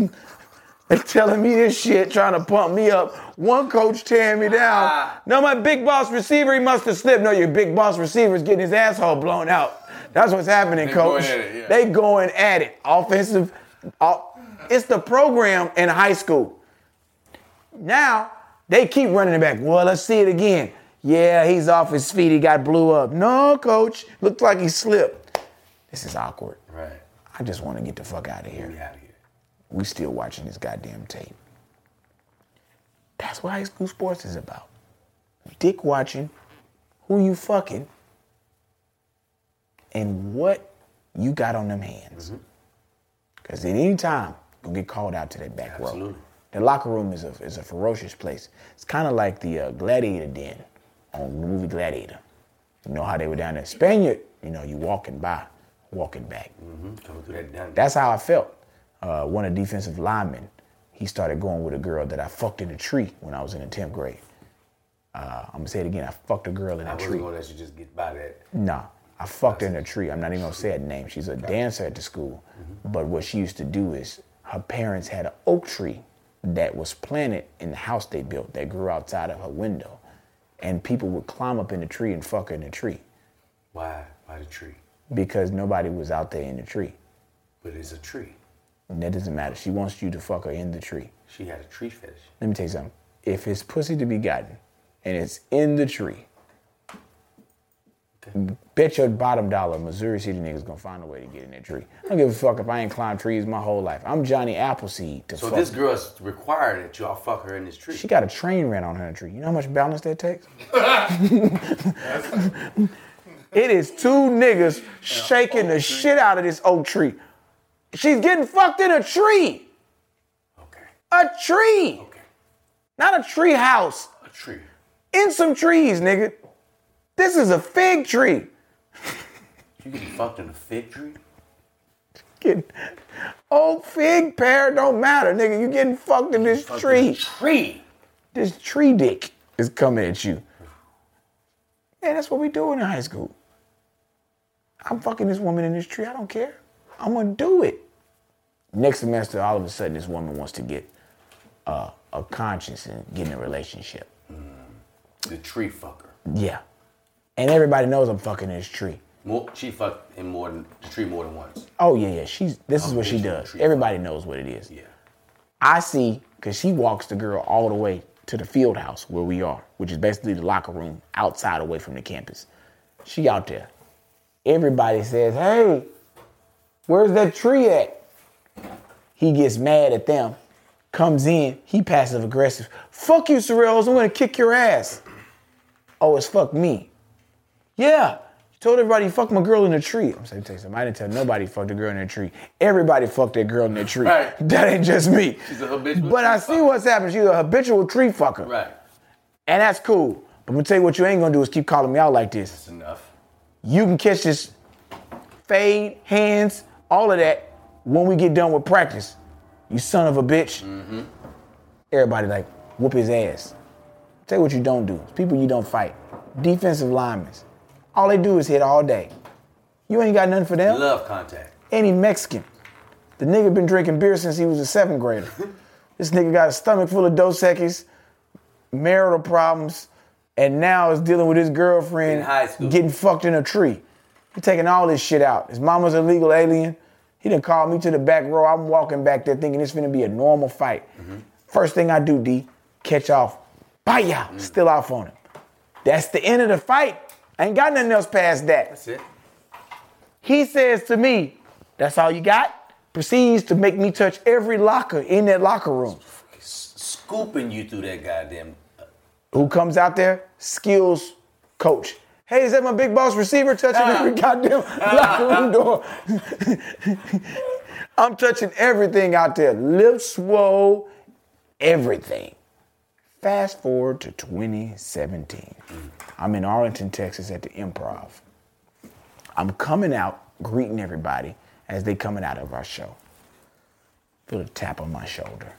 [SPEAKER 4] They telling me this shit, trying to pump me up. One coach tearing me down. No, my big boss receiver, he must have slipped. No, your big boss receiver is getting his asshole blown out. That's what's happening,
[SPEAKER 2] going
[SPEAKER 4] coach.
[SPEAKER 2] at it, yeah.
[SPEAKER 4] They going at it. Offensive. off- it's the program in high school. Now they keep running it back. Well, let's see it again. Yeah, he's off his feet. He got blew up. No, coach, looked like he slipped. This is awkward.
[SPEAKER 1] Right.
[SPEAKER 4] I just want to get the fuck out of here
[SPEAKER 1] Get out of here.
[SPEAKER 4] we still watching this goddamn tape. That's what high school sports is about. Dick watching, who you fucking, and what you got on them hands. Because at any time, you're gonna get called out to that back row.
[SPEAKER 1] Absolutely.
[SPEAKER 4] The locker room is a is a ferocious place. It's kind of like the uh, gladiator den on the movie Gladiator. You know how they were down there, Spaniard. You know, you walking by, walking back.
[SPEAKER 1] Mhm. Coming through that dungeon.
[SPEAKER 4] That's how I felt. Uh, one of the defensive linemen, he started going with a girl that I fucked in a tree when I was in the 10th grade. Uh, I'm gonna say it again. I fucked a girl in
[SPEAKER 1] I
[SPEAKER 4] a
[SPEAKER 1] wasn't
[SPEAKER 4] tree.
[SPEAKER 1] gonna let you just get by that.
[SPEAKER 4] Nah, I fucked her in a tree. I'm not even gonna say her name. She's a dancer at the school. But what she used to do is her parents had an oak tree that was planted in the house they built that grew outside of her window. And people would climb up in the tree and fuck her in the tree
[SPEAKER 1] Why? By the tree.
[SPEAKER 4] because nobody was out there in the tree.
[SPEAKER 1] But it's a tree.
[SPEAKER 4] And that doesn't matter. She wants you to fuck her in the tree.
[SPEAKER 1] She had a tree fetish.
[SPEAKER 4] Let me tell you something. If it's pussy to be gotten and it's in the tree, bet your bottom dollar Missouri City niggas gonna find a way to get in that tree. I don't give a fuck if I ain't climbed trees my whole life. I'm Johnny Appleseed to
[SPEAKER 1] So
[SPEAKER 4] fuck.
[SPEAKER 1] this girl's required that y'all fuck her in this tree.
[SPEAKER 4] she got a train ran on her in the tree. You know how much balance that takes? it is two niggas shaking the shit out of this oak tree. She's getting fucked in a tree.
[SPEAKER 1] okay.
[SPEAKER 4] A tree.
[SPEAKER 1] Okay.
[SPEAKER 4] Not a tree house.
[SPEAKER 1] A tree.
[SPEAKER 4] in some trees, nigga. This is a fig tree.
[SPEAKER 1] You getting fucked in a fig tree?
[SPEAKER 4] Getting, old fig pear don't matter, nigga. You getting fucked in this
[SPEAKER 1] Fucked in a
[SPEAKER 4] tree.
[SPEAKER 1] tree.
[SPEAKER 4] This tree dick is coming at you. Yeah, that's what we do in high school. I'm fucking this woman in this tree. I don't care. I'm gonna do it. Next semester, all of a sudden, this woman wants to get uh, a conscience and get in a relationship.
[SPEAKER 1] Mm. The tree fucker.
[SPEAKER 4] Yeah. And everybody knows I'm fucking this tree.
[SPEAKER 1] More, she fucked him more than the tree more than once.
[SPEAKER 4] Oh yeah, yeah. She's this is
[SPEAKER 1] Oh,
[SPEAKER 4] what she
[SPEAKER 1] bitch, you
[SPEAKER 4] does.
[SPEAKER 1] treat-
[SPEAKER 4] Everybody knows what it is.
[SPEAKER 1] Yeah.
[SPEAKER 4] I see because she walks the girl all the way to the field house where we are, which is basically the locker room outside away from the campus. She out there. Everybody says, "Hey, where's that tree at?" He gets mad at them, comes in, he passive aggressive. Fuck you, Sorrells, I'm gonna kick your ass. Oh, it's fuck me. Yeah. You told everybody you fucked my girl in the tree. I'm saying, tell you something. I didn't tell nobody fucked a girl in the tree. Everybody fucked that girl in the tree.
[SPEAKER 1] Right.
[SPEAKER 4] That ain't just me.
[SPEAKER 1] She's a habitual
[SPEAKER 4] But I
[SPEAKER 1] tree
[SPEAKER 4] see what's happening. She's a habitual tree fucker.
[SPEAKER 1] Right.
[SPEAKER 4] And that's cool. But I'm gonna tell you what you ain't gonna do is keep calling me out like this.
[SPEAKER 1] It's enough.
[SPEAKER 4] You can catch this fade, hands, all of that when we get done with practice. You son of a bitch. Everybody like, whoop his ass. Tell you what you don't do. It's people you don't fight. Defensive linemen. All they do is hit all day. You ain't got nothing for them.
[SPEAKER 2] Love contact.
[SPEAKER 4] And he Mexican. The nigga been drinking beer since he was a seventh grader. this nigga got a stomach full of Dos Equis, marital problems, and now is dealing with his girlfriend
[SPEAKER 2] In high school.
[SPEAKER 4] getting fucked in a tree. He taking all this shit out. His mama's a legal alien. He done called me to the back row. I'm walking back there thinking it's gonna be a normal fight.
[SPEAKER 2] Mm-hmm.
[SPEAKER 4] First thing I do, D, catch off. Bye ya.
[SPEAKER 2] Mm.
[SPEAKER 4] Still off on him. That's the end of the fight. I ain't got nothing else past that.
[SPEAKER 2] That's it.
[SPEAKER 4] He says to me, That's all you got? Proceeds to make me touch every locker in that locker room.
[SPEAKER 2] Scooping you through that goddamn.
[SPEAKER 4] Who comes out there? Skills coach. Hey, is that my big boss receiver touching every goddamn locker room door? I'm touching everything out there. Lips swole, everything. Fast forward to 2017. I'm in Arlington, Texas at the improv. I'm coming out greeting everybody as they coming out of our show. Feel a tap on my shoulder.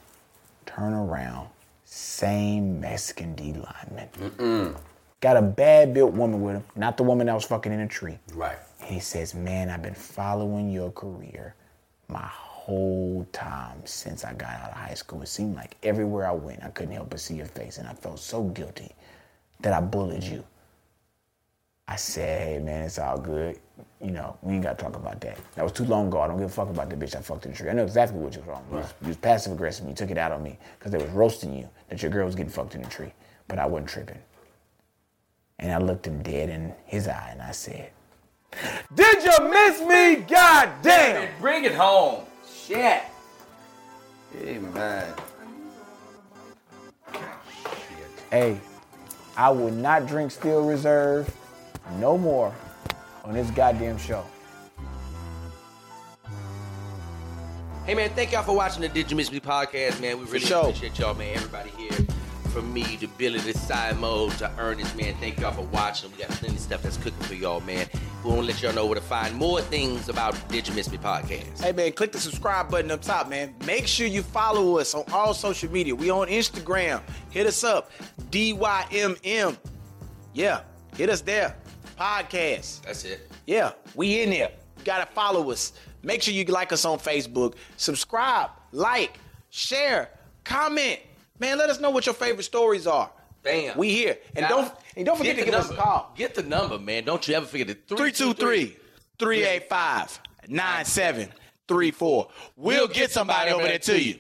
[SPEAKER 4] Turn around. Same Mexican D lineman. Got a bad built woman with him, not the woman that was fucking in a tree.
[SPEAKER 2] Right.
[SPEAKER 4] And he says, Man, I've been following your career my whole time since I got out of high school. It seemed like everywhere I went, I couldn't help but see your face. And I felt so guilty that I bullied you. I said, Hey, man, it's all good. You know, we ain't got to talk about that. That was too long ago. I don't give a fuck about the bitch I fucked in the tree. I know exactly what you was wrong. You was, you was passive aggressive. You took it out on me because they was roasting you that your girl was getting fucked in the tree. But I wasn't tripping. And I looked him dead in his eye and I said, Did you miss me? God damn!
[SPEAKER 2] Bring it home. Shit. Hey man.
[SPEAKER 4] Hey, I will not drink Steel Reserve no more on this goddamn show.
[SPEAKER 2] Hey man, thank y'all for watching the Did You Miss Me podcast, man. We really
[SPEAKER 4] sure.
[SPEAKER 2] appreciate y'all, man. Everybody here, from me to Billy to Simo to Ernest, man. Thank y'all for watching. We got plenty of stuff that's cooking for y'all, man. We want to let y'all know where to find more things about Did You Miss Me podcast.
[SPEAKER 6] Hey man, click the subscribe button up top, man. Make sure you follow us on all social media. We on Instagram. Hit us up, DYMM. Yeah, hit us there. Podcast.
[SPEAKER 2] That's it.
[SPEAKER 6] Yeah, we in there. You gotta follow us. Make sure you like us on Facebook. Subscribe, like, share, comment. Man, let us know what your favorite stories are.
[SPEAKER 2] Bam.
[SPEAKER 6] We here. And
[SPEAKER 2] Now,
[SPEAKER 6] don't and don't forget to
[SPEAKER 2] get the
[SPEAKER 6] give us a
[SPEAKER 2] number.
[SPEAKER 6] call.
[SPEAKER 2] Get the number, man. Don't you ever forget it.
[SPEAKER 6] 323-385-9734. We'll get somebody over there to you.